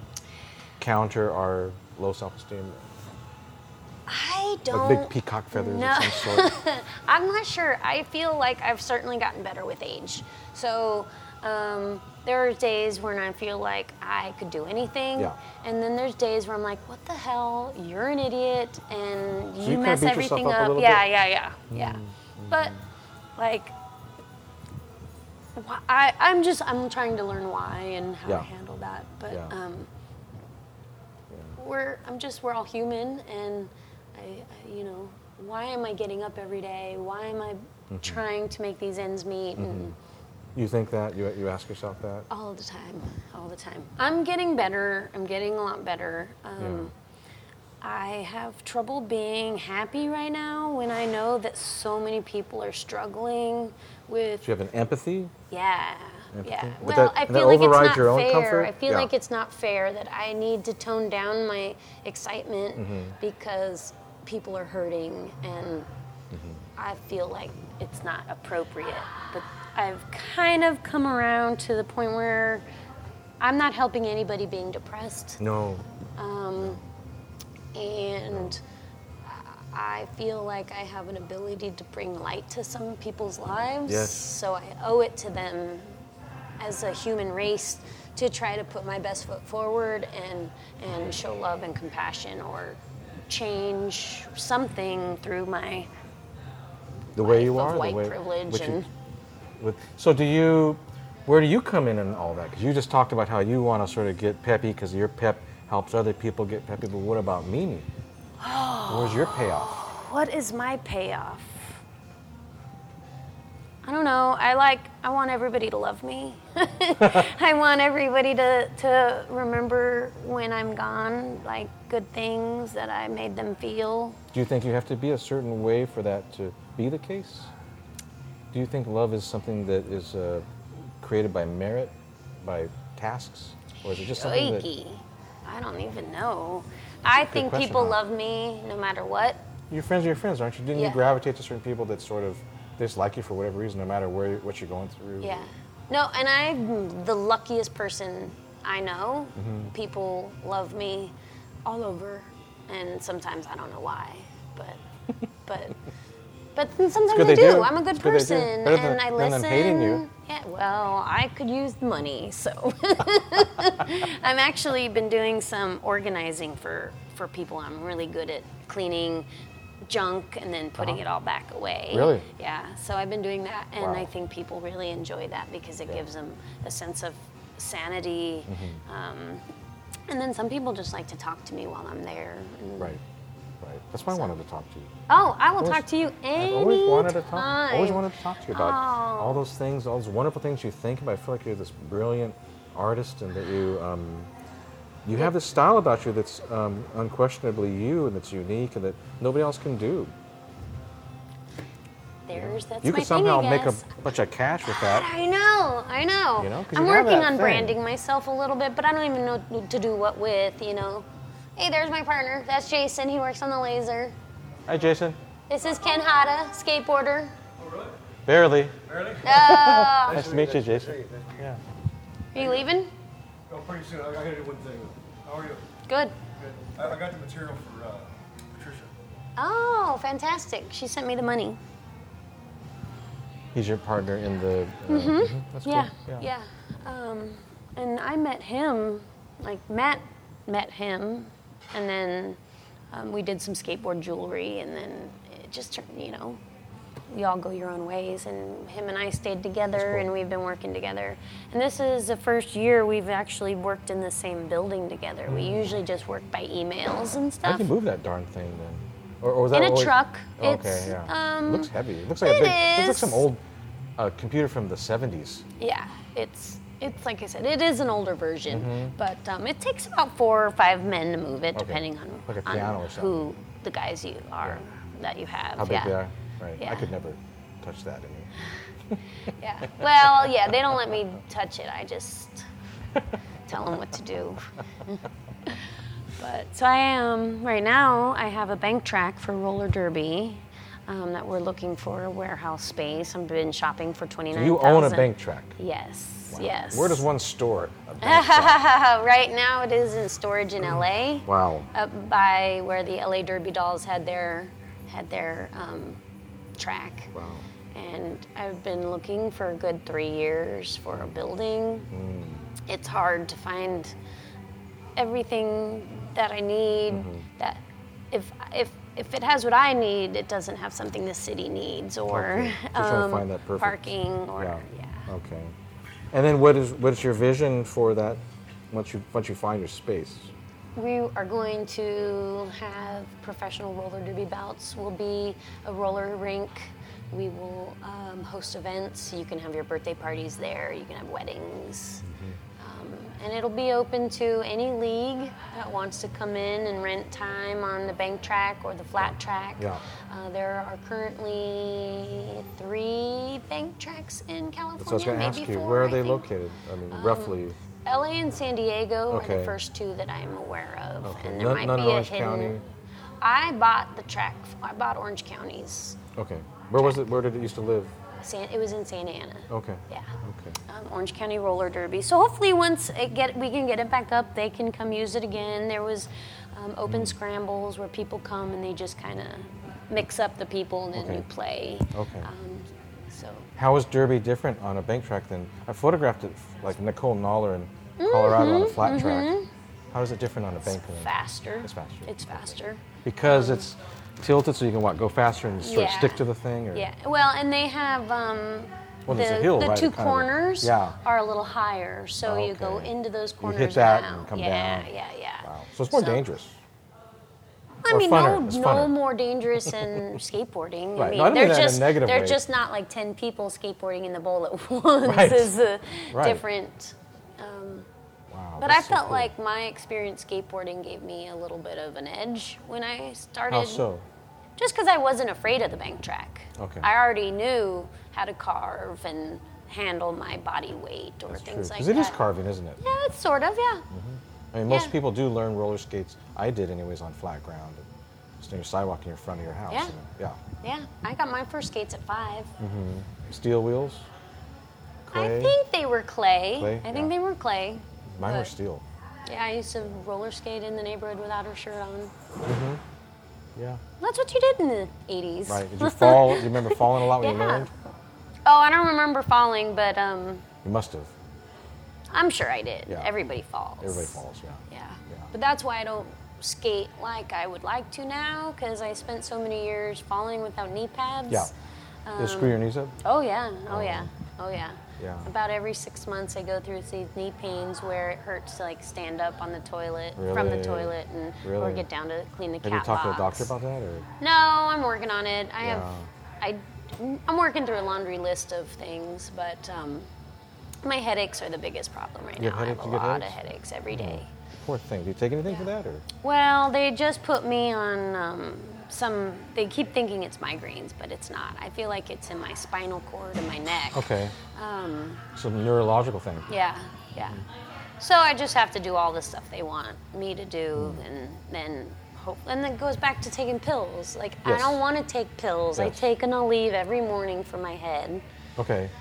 Speaker 1: counter our low self-esteem,
Speaker 2: I
Speaker 1: like
Speaker 2: don't.
Speaker 1: big peacock feathers
Speaker 2: no.
Speaker 1: of some
Speaker 2: (laughs)
Speaker 1: sort?
Speaker 2: I'm not sure. I feel like I've certainly gotten better with age. So um, there are days when I feel like I could do anything,
Speaker 1: Yeah.
Speaker 2: and then there's days where I'm like, "What the hell? You're an idiot, and you,
Speaker 1: you kinda
Speaker 2: mess
Speaker 1: beat yourself
Speaker 2: everything
Speaker 1: up a
Speaker 2: up."
Speaker 1: little
Speaker 2: Yeah,
Speaker 1: bit? Mm-hmm.
Speaker 2: yeah, yeah, yeah. But like, wh- I, I'm just I'm trying to learn why and how
Speaker 1: Yeah.
Speaker 2: to handle that. But
Speaker 1: Yeah.
Speaker 2: um, we're I'm just we're all human, and I, I you know why am I getting up every day? Why am I trying to make these ends meet? And
Speaker 1: You think that you you ask yourself that?
Speaker 2: all the time, all the time. I'm getting better. I'm getting a lot better. Um, I have trouble being happy right now when I know that so many people are struggling with
Speaker 1: Do you have an empathy?
Speaker 2: yeah. Yeah.
Speaker 1: Empathy? Would
Speaker 2: Well,
Speaker 1: that-
Speaker 2: I
Speaker 1: would that
Speaker 2: feel like it's
Speaker 1: override
Speaker 2: not
Speaker 1: your own
Speaker 2: fair.
Speaker 1: comfort?
Speaker 2: I feel
Speaker 1: Yeah.
Speaker 2: like it's not fair that I need to tone down my excitement
Speaker 1: Mm-hmm.
Speaker 2: because people are hurting and
Speaker 1: Mm-hmm.
Speaker 2: I feel like it's not appropriate. But I've kind of come around to the point where I'm not helping anybody being depressed
Speaker 1: No.
Speaker 2: and I feel like I have an ability to bring light to some people's lives.
Speaker 1: Yes.
Speaker 2: So I owe it to them as a human race to try to put my best foot forward and and show love and compassion or change something through my
Speaker 1: The way you
Speaker 2: life of
Speaker 1: are,
Speaker 2: white
Speaker 1: the way
Speaker 2: privilege
Speaker 1: which you-
Speaker 2: and
Speaker 1: with- so do you? Where do you come in in all that? Because you just talked about how you want to sort of get peppy because your pep helps other people get peppy. But what about
Speaker 2: (gasps)
Speaker 1: Mimi? Where's your payoff?
Speaker 2: what is my payoff? I don't know. I like I want everybody to love me. (laughs) I want everybody to to remember when I'm gone, like good things that I made them feel.
Speaker 1: Do you think you have to be a certain way for that to be the case? Do you think love is something that is uh, created by merit, by tasks, or is it just something that
Speaker 2: Oiki. I don't even know. I think
Speaker 1: question,
Speaker 2: people
Speaker 1: huh?
Speaker 2: love me no matter what.
Speaker 1: your friends are your friends, aren't you? Didn't
Speaker 2: Yeah.
Speaker 1: you gravitate to certain people that sort of they just like you for whatever reason, no matter where what you're going through?
Speaker 2: Yeah. No, and I'm the luckiest person I know.
Speaker 1: Mm-hmm.
Speaker 2: People love me all over, and sometimes I don't know why,
Speaker 1: (laughs)
Speaker 2: but but but then sometimes
Speaker 1: good they
Speaker 2: I do.
Speaker 1: do.
Speaker 2: I'm a good
Speaker 1: It's good they do.
Speaker 2: person,
Speaker 1: Better than-
Speaker 2: and I
Speaker 1: better
Speaker 2: listen.
Speaker 1: than hating you.
Speaker 2: Yeah. Well, I could use the
Speaker 1: (laughs)
Speaker 2: money, so (laughs) I'm actually been doing some organizing for for people. I'm really good at cleaning junk and then putting it all back away.
Speaker 1: Uh-huh. Really?
Speaker 2: Yeah. So I've been doing that, and
Speaker 1: Wow.
Speaker 2: I think people really enjoy that because it gives them a sense of sanity.
Speaker 1: Mm-hmm.
Speaker 2: Um, and then some people just like to talk to me while I'm there. And-
Speaker 1: Right. Right. That's why I wanted to talk to you.
Speaker 2: Oh, I will
Speaker 1: Always-
Speaker 2: talk to you
Speaker 1: I've
Speaker 2: anytime.
Speaker 1: always wanted to talk. Always wanted to talk to you about
Speaker 2: Oh.
Speaker 1: all those things, all those wonderful things you think about. I feel like you're this brilliant artist, and that you um, you have this style about you that's um, unquestionably you, and that's unique, and that nobody else can do.
Speaker 2: There's that's
Speaker 1: you
Speaker 2: my
Speaker 1: could somehow
Speaker 2: thing, I
Speaker 1: make a
Speaker 2: guess.
Speaker 1: bunch of cash with
Speaker 2: God,
Speaker 1: that.
Speaker 2: I know, I know.
Speaker 1: You know, 'cause
Speaker 2: I'm
Speaker 1: you have
Speaker 2: working
Speaker 1: that
Speaker 2: on
Speaker 1: thing.
Speaker 2: branding myself a little bit, but I don't even know to do what with, you know. Hey, there's my partner. That's Jason. He works on the laser.
Speaker 1: Hi, Jason.
Speaker 2: This is Ken Hata, skateboarder.
Speaker 1: Barely.
Speaker 5: Early?
Speaker 2: Oh,
Speaker 1: Nice to meet you, Jason. Yeah.
Speaker 2: are you leaving?
Speaker 5: Oh, pretty soon. I I gotta do one thing. How are you?
Speaker 2: Good.
Speaker 5: Good. I, I got the material for uh, Patricia.
Speaker 2: Oh, fantastic. She sent me the money.
Speaker 1: He's your partner in the. Uh, mhm. That's cool.
Speaker 2: Yeah, yeah. Um, and I met him, like Matt met him, and then um, we did some skateboard jewelry, and then it just turned, you know, we all go your own ways. And him and I stayed together, and we've been working together. And this is the first year we've actually worked in the same building together. We
Speaker 1: Mm.
Speaker 2: usually just work by emails and
Speaker 1: How'd
Speaker 2: stuff.
Speaker 1: you move that darn thing then? Or, or was
Speaker 2: In
Speaker 1: that
Speaker 2: a
Speaker 1: always-
Speaker 2: truck.
Speaker 1: Okay,
Speaker 2: It's,
Speaker 1: yeah.
Speaker 2: um,
Speaker 1: looks heavy. It looks like a
Speaker 2: it
Speaker 1: big. It looks
Speaker 2: is.
Speaker 1: like some old uh, computer from the '70s.
Speaker 2: yeah, it's it's like I said, it is an older version, but um, it takes about four or five men to move it,
Speaker 1: Mm-hmm. Okay.
Speaker 2: depending on,
Speaker 1: Like a
Speaker 2: on
Speaker 1: piano or
Speaker 2: who the guys you are that you have.
Speaker 1: How big
Speaker 2: yeah.
Speaker 1: they are? Right. I
Speaker 2: Yeah.
Speaker 1: could never touch that. Anymore. (laughs)
Speaker 2: Yeah. Well, yeah, they don't let me touch it. I just tell them what to do. (laughs) but so I am right now. I have a bank track for roller derby. Um, that we're looking for a warehouse space. I've been shopping for twenty nine.
Speaker 1: You own a bank track.
Speaker 2: Yes. Yes.
Speaker 1: Where does one store a
Speaker 2: (laughs)
Speaker 1: bank track?
Speaker 2: Uh, right now, it is in storage in LA,
Speaker 1: Mm. Wow.
Speaker 2: up by where the LA Derby Dolls had their had their um, track.
Speaker 1: Wow.
Speaker 2: And I've been looking for a good three years for a building.
Speaker 1: Mm.
Speaker 2: It's hard to find everything that I need.
Speaker 1: Mm-hmm.
Speaker 2: That if if if it has what I need, it doesn't have something the city needs or (laughs)
Speaker 1: Okay. So trying to find that perfect-
Speaker 2: Um, parking or
Speaker 1: Yeah.
Speaker 2: yeah.
Speaker 1: Okay. And then what is what's your vision for that? Once you once you find your space.
Speaker 2: We are going to have professional roller derby bouts. We'll be a roller rink. We will um, host events. You can have your birthday parties there. You can have weddings.
Speaker 1: Mm-hmm.
Speaker 2: Um, and it'll be open to any league that wants to come in and rent time on the bank track or the flat track.
Speaker 1: Yeah.
Speaker 2: Uh, there are currently three bank tracks in California.
Speaker 1: So I was going to
Speaker 2: maybe
Speaker 1: ask you,
Speaker 2: four,
Speaker 1: where are
Speaker 2: I
Speaker 1: they
Speaker 2: think. Um,
Speaker 1: located? I mean, roughly.
Speaker 2: LA and San Diego are
Speaker 1: Okay.
Speaker 2: the first two that I'm aware of,
Speaker 1: Okay.
Speaker 2: and there
Speaker 1: None-
Speaker 2: might
Speaker 1: none
Speaker 2: be
Speaker 1: in Orange
Speaker 2: a hidden.
Speaker 1: County?
Speaker 2: I bought the track. I bought Orange County's.
Speaker 1: Okay. Where was it? Where did it used to live?
Speaker 2: San, it was in Santa Ana.
Speaker 1: Okay.
Speaker 2: Yeah.
Speaker 1: Okay.
Speaker 2: Um, Orange County Roller Derby. So hopefully, once it get we can get it back up, they can come use it again. There was um,
Speaker 1: Mm.
Speaker 2: open scrambles where people come and they just kind of mix up the people and then
Speaker 1: Okay. Oh.
Speaker 2: you play.
Speaker 1: Okay.
Speaker 2: Um, so
Speaker 1: How is Derby different on a bank track than I photographed it like Nicole Noller in
Speaker 2: Mm-hmm.
Speaker 1: Colorado on a flat track? How is it different on a bank? lane?
Speaker 2: faster.
Speaker 1: It's faster.
Speaker 2: It's faster.
Speaker 1: Because it's tilted, so you can what go faster and sort of
Speaker 2: Yeah.
Speaker 1: stick to the thing. Or,
Speaker 2: Yeah, well, and they have um,
Speaker 1: Well,
Speaker 2: the,
Speaker 1: there's a hill,
Speaker 2: the
Speaker 1: right,
Speaker 2: two
Speaker 1: kind of a-
Speaker 2: corners
Speaker 1: yeah. Oh,
Speaker 2: are a little higher, so you go
Speaker 1: Okay.
Speaker 2: into those
Speaker 1: You hit
Speaker 2: corners.
Speaker 1: that
Speaker 2: now.
Speaker 1: and come
Speaker 2: yeah,
Speaker 1: down.
Speaker 2: Yeah, yeah,
Speaker 1: Wow. So it's more dangerous.
Speaker 2: I
Speaker 1: or
Speaker 2: mean,
Speaker 1: funner.
Speaker 2: no,
Speaker 1: It's
Speaker 2: no
Speaker 1: funner.
Speaker 2: more
Speaker 1: (laughs)
Speaker 2: dangerous than skateboarding.
Speaker 1: Right.
Speaker 2: I mean,
Speaker 1: No, I don't
Speaker 2: they're
Speaker 1: mean that in a
Speaker 2: just
Speaker 1: negative
Speaker 2: they're
Speaker 1: way.
Speaker 2: just not like ten people skateboarding in the bowl at (laughs) once.
Speaker 1: Right.
Speaker 2: Is a
Speaker 1: Right.
Speaker 2: different. Um,
Speaker 1: Wow.
Speaker 2: but I
Speaker 1: that's so
Speaker 2: felt
Speaker 1: cool.
Speaker 2: like my experience skateboarding gave me a little bit of an edge when I started
Speaker 1: how so?
Speaker 2: just because I wasn't afraid of the bank track.
Speaker 1: Okay.
Speaker 2: I already knew how to carve and handle my body weight or
Speaker 1: That's true.
Speaker 2: things like
Speaker 1: Because
Speaker 2: that.
Speaker 1: it is Mm-hmm. carving, isn't it?
Speaker 2: Yeah, it's sort of, yeah.
Speaker 1: I mean, most
Speaker 2: Yeah.
Speaker 1: people do learn roller skates. I did, anyways, on flat ground, and just on your sidewalk in your front of your house.
Speaker 2: Yeah.
Speaker 1: and- yeah.
Speaker 2: Yeah. I got my first skates at 5
Speaker 1: Steel wheels. Mm, Clay.
Speaker 2: I think they were clay.
Speaker 1: Clay,
Speaker 2: I think
Speaker 1: yeah.
Speaker 2: they were clay.
Speaker 1: Mine were
Speaker 2: but-
Speaker 1: steel.
Speaker 2: Yeah, I used to roller skate in the neighborhood without a shirt on.
Speaker 1: Yeah.
Speaker 2: That's what you did in the 80s.
Speaker 1: Right. Did you fall? Do you
Speaker 2: (laughs)
Speaker 1: remember falling a lot when you
Speaker 2: Yeah.
Speaker 1: learned?
Speaker 2: Oh, I don't remember falling, but um,
Speaker 1: You must have.
Speaker 2: I'm sure I did.
Speaker 1: Yeah.
Speaker 2: Everybody falls.
Speaker 1: Everybody falls. Yeah.
Speaker 2: Yeah.
Speaker 1: Yeah.
Speaker 2: But that's why I don't skate like I would like to now because I spent so many years falling without knee pads.
Speaker 1: Yeah. They screw your knees up?
Speaker 2: Oh yeah. Oh yeah. Oh yeah.
Speaker 1: Yeah.
Speaker 2: About every six months, I go through these knee pains where it hurts to like stand up on the toilet from the
Speaker 1: Really?
Speaker 2: toilet and or
Speaker 1: Really?
Speaker 2: get down to clean the
Speaker 1: Have
Speaker 2: cat
Speaker 1: you talked to the
Speaker 2: box.
Speaker 1: doctor about that? Or?
Speaker 2: No, I'm working on it. I
Speaker 1: Yeah.
Speaker 2: have, I, I'm working through a laundry list of things, but um, my headaches are the biggest problem right
Speaker 1: You
Speaker 2: now.
Speaker 1: have
Speaker 2: I have
Speaker 1: headaches?
Speaker 2: a
Speaker 1: You get
Speaker 2: lot
Speaker 1: headaches? Mm.
Speaker 2: of headaches every day.
Speaker 1: Poor thing. Do you take anything for that? Or?
Speaker 2: Well, they just put me on um, some. They keep thinking it's migraines, but it's not. I feel like it's in my spinal cord and my neck.
Speaker 1: Okay. Um, Some neurological thing.
Speaker 2: Yeah, yeah. So I just have to do all the stuff they want me to do,
Speaker 1: Mm.
Speaker 2: and then hope. And that goes back to taking pills. Like I
Speaker 1: Yes.
Speaker 2: don't want to take pills. I
Speaker 1: Yes.
Speaker 2: take an Aleve every morning for my head.
Speaker 1: Okay.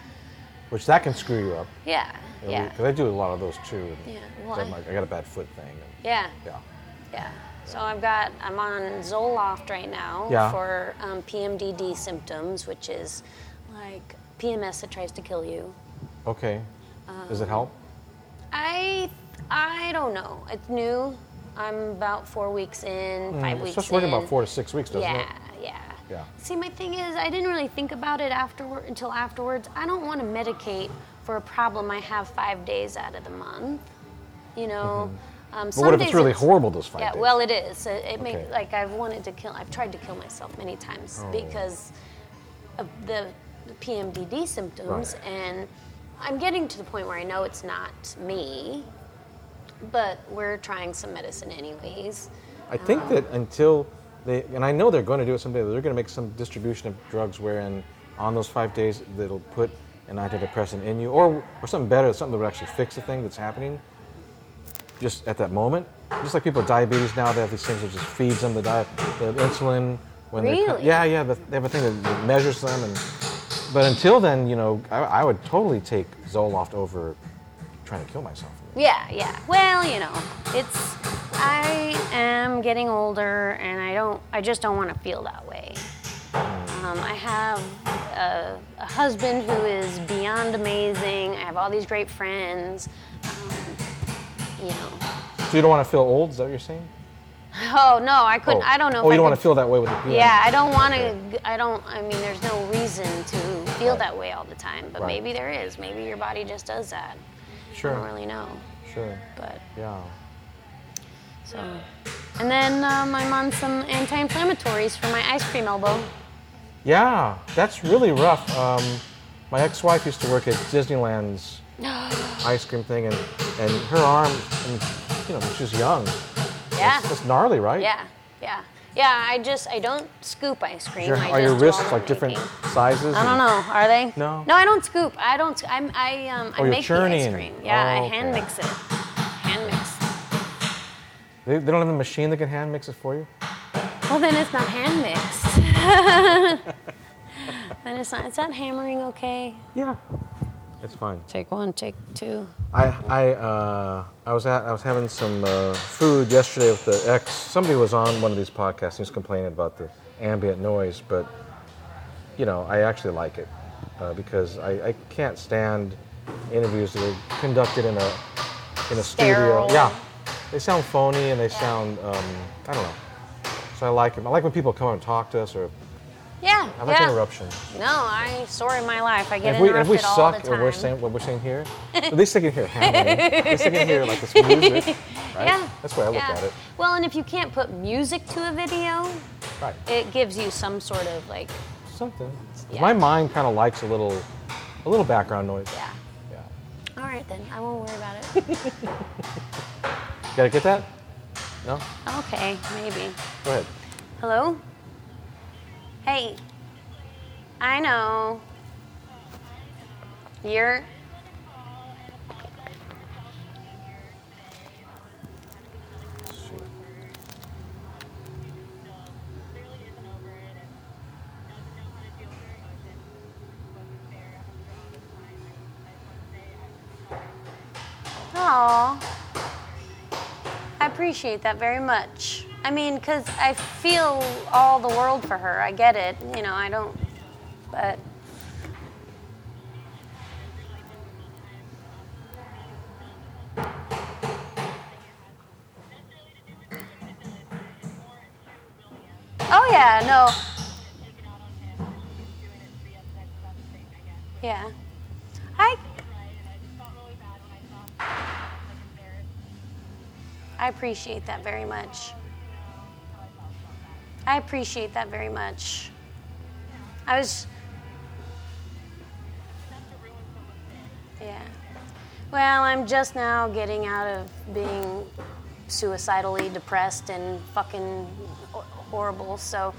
Speaker 1: Which that can screw you up.
Speaker 2: Yeah, yeah,
Speaker 1: Because I do a lot of those too.
Speaker 2: Yeah,
Speaker 1: So
Speaker 2: well,
Speaker 1: I'm
Speaker 2: I-
Speaker 1: like, I got a bad foot thing. and-
Speaker 2: yeah,
Speaker 1: yeah.
Speaker 2: yeah. So I've got. I'm on Zoloft right now
Speaker 1: Yeah.
Speaker 2: for um, PMDD symptoms, which is like PMS that tries to kill you.
Speaker 1: Okay.
Speaker 2: Um,
Speaker 1: Does it help?
Speaker 2: I I don't know. It's new. I'm about four weeks in, five
Speaker 1: It's
Speaker 2: weeks.
Speaker 1: just Mm, working
Speaker 2: in.
Speaker 1: about four to six weeks, doesn't
Speaker 2: yeah,
Speaker 1: it?
Speaker 2: Yeah,
Speaker 1: Yeah.
Speaker 2: See, my thing is, I didn't really think about it afterward until afterwards. I don't want to medicate for a problem I have five days out of the month. You know. Um,
Speaker 1: Mm-hmm. But what if it's really horrible those five
Speaker 2: Yeah,
Speaker 1: days?
Speaker 2: well, it is. It, it make,
Speaker 1: Okay. Oh.
Speaker 2: like I've wanted to kill. I've tried to kill myself many times because of the, the PMDD symptoms,
Speaker 1: Right.
Speaker 2: and I'm getting to the point where I know it's not me. But we're trying some medicine anyways.
Speaker 1: I think that until they, and I know they're going to do it someday, they're going to make some distribution of drugs wherein on those five days that'll put an antidepressant in you or, or something better, something that would actually fix the thing that's happening just at that moment. Just like people with diabetes now, they have these things that just feeds them the, diet, the insulin. When they co-
Speaker 2: Really?
Speaker 1: yeah, yeah, the, they have a thing that- that measures them. And, but until then, you know, I, I would totally take Zoloft over trying to kill myself.
Speaker 2: Yeah, yeah. Well, you know, it's I am getting older, and I don't. I just don't want to feel that way. Um, I have a, a husband who is beyond amazing. I have all these great friends. Um, you know.
Speaker 1: So you don't want to feel old? Is that what you're saying?
Speaker 2: Oh no, I couldn't. I don't know.
Speaker 1: Oh,
Speaker 2: if
Speaker 1: you don't
Speaker 2: I
Speaker 1: want to
Speaker 2: could-
Speaker 1: feel that way with the PM.
Speaker 2: Yeah, I don't want to. I don't. I mean, there's no reason to feel
Speaker 1: Right.
Speaker 2: that way all the time. But
Speaker 1: Right.
Speaker 2: maybe there is. Maybe your body just does that. I don't
Speaker 1: Sure.
Speaker 2: really know.
Speaker 1: Sure.
Speaker 2: But
Speaker 1: Yeah.
Speaker 2: So, and then um, I'm on some anti-inflammatories for my ice cream elbow. (gasps)
Speaker 1: Yeah, that's really rough. Um, my ex-wife used to work at Disneyland's ice cream thing, and, and her arm, and, you know, she's young.
Speaker 2: Yeah,
Speaker 1: That's gnarly, right?
Speaker 2: yeah, yeah, yeah. I just I don't scoop ice cream.
Speaker 1: Is your-
Speaker 2: I
Speaker 1: are your
Speaker 2: just do all
Speaker 1: wrists
Speaker 2: the
Speaker 1: like different
Speaker 2: making.
Speaker 1: sizes?
Speaker 2: I don't know. Are they?
Speaker 1: No.
Speaker 2: No, I don't scoop. I don't. I'm. I um.
Speaker 1: Oh,
Speaker 2: I
Speaker 1: you're
Speaker 2: make the
Speaker 1: churning.
Speaker 2: ice cream. Yeah,
Speaker 1: Oh,
Speaker 2: I hand
Speaker 1: okay.
Speaker 2: mix it. Hand mix.
Speaker 1: They, they don't have a machine that can hand mix it for you?
Speaker 2: Well, then it's not hand mixed. (laughs) then it's not. It's not hammering. Okay.
Speaker 1: Yeah. It's fine.
Speaker 2: Take one. Take two.
Speaker 1: I I uh, I was at I was having some uh, food yesterday with the ex. Somebody was on one of these podcasts. and He was complaining about the ambient noise, but you know I actually like it uh, because I, I can't stand interviews that are conducted in a in a
Speaker 2: Sterile.
Speaker 1: studio. Yeah, they sound phony and they sound um, I don't know. So I like them. I like when people come and talk to us, or
Speaker 2: Yeah.
Speaker 1: I like
Speaker 2: yeah.
Speaker 1: interruptions.
Speaker 2: No, I sorry, my life. I get
Speaker 1: And if we, and if we
Speaker 2: interrupted all
Speaker 1: suck
Speaker 2: the
Speaker 1: at
Speaker 2: time.
Speaker 1: we're saying what we're saying
Speaker 2: (laughs)
Speaker 1: here, at least they can hear hammering. at least they can hear like this music. Right?
Speaker 2: Yeah.
Speaker 1: That's the way I look
Speaker 2: yeah.
Speaker 1: at it.
Speaker 2: Well, and if you can't put music to a video,
Speaker 1: Right.
Speaker 2: it gives you some sort of like,
Speaker 1: Something.
Speaker 2: Yeah.
Speaker 1: My mind kind of likes a little, a little background noise.
Speaker 2: yeah.
Speaker 1: Yeah.
Speaker 2: All right then, I won't worry about it.
Speaker 1: Gotta get that? No.
Speaker 2: (laughs) okay, maybe.
Speaker 1: Go ahead.
Speaker 2: Hello. Hey. I know. You're.
Speaker 1: Shoot.
Speaker 2: Aw. I appreciate that very much. I mean, because I feel all the world for her. I get it. You know, I don't. But. Oh, Yeah, no. Yeah. I I appreciate that very much. I appreciate that very much. I was Yeah. Well, I'm just now getting out of being suicidally depressed and fucking ho- horrible. So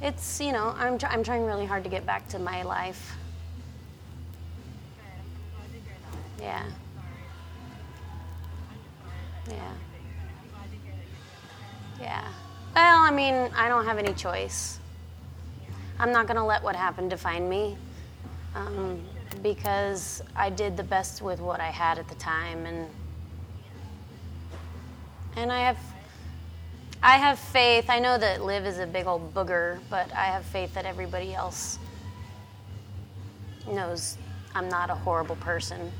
Speaker 2: it's, you know, I'm, tr- I'm trying really hard to get back to my life. Yeah. Yeah. Yeah. Well, I mean, I don't have any choice. I'm not going to let what happened define me um, because I did the best with what I had at the time, and and I have I have faith. I know that Liv is a big old booger, but I have faith that everybody else knows I'm not a horrible person.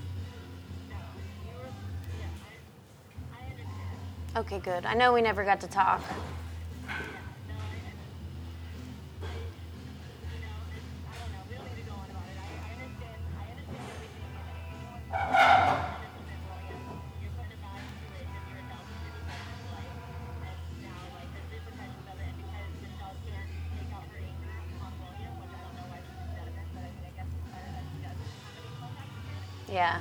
Speaker 2: Okay, good. I know we never got to talk. Yeah.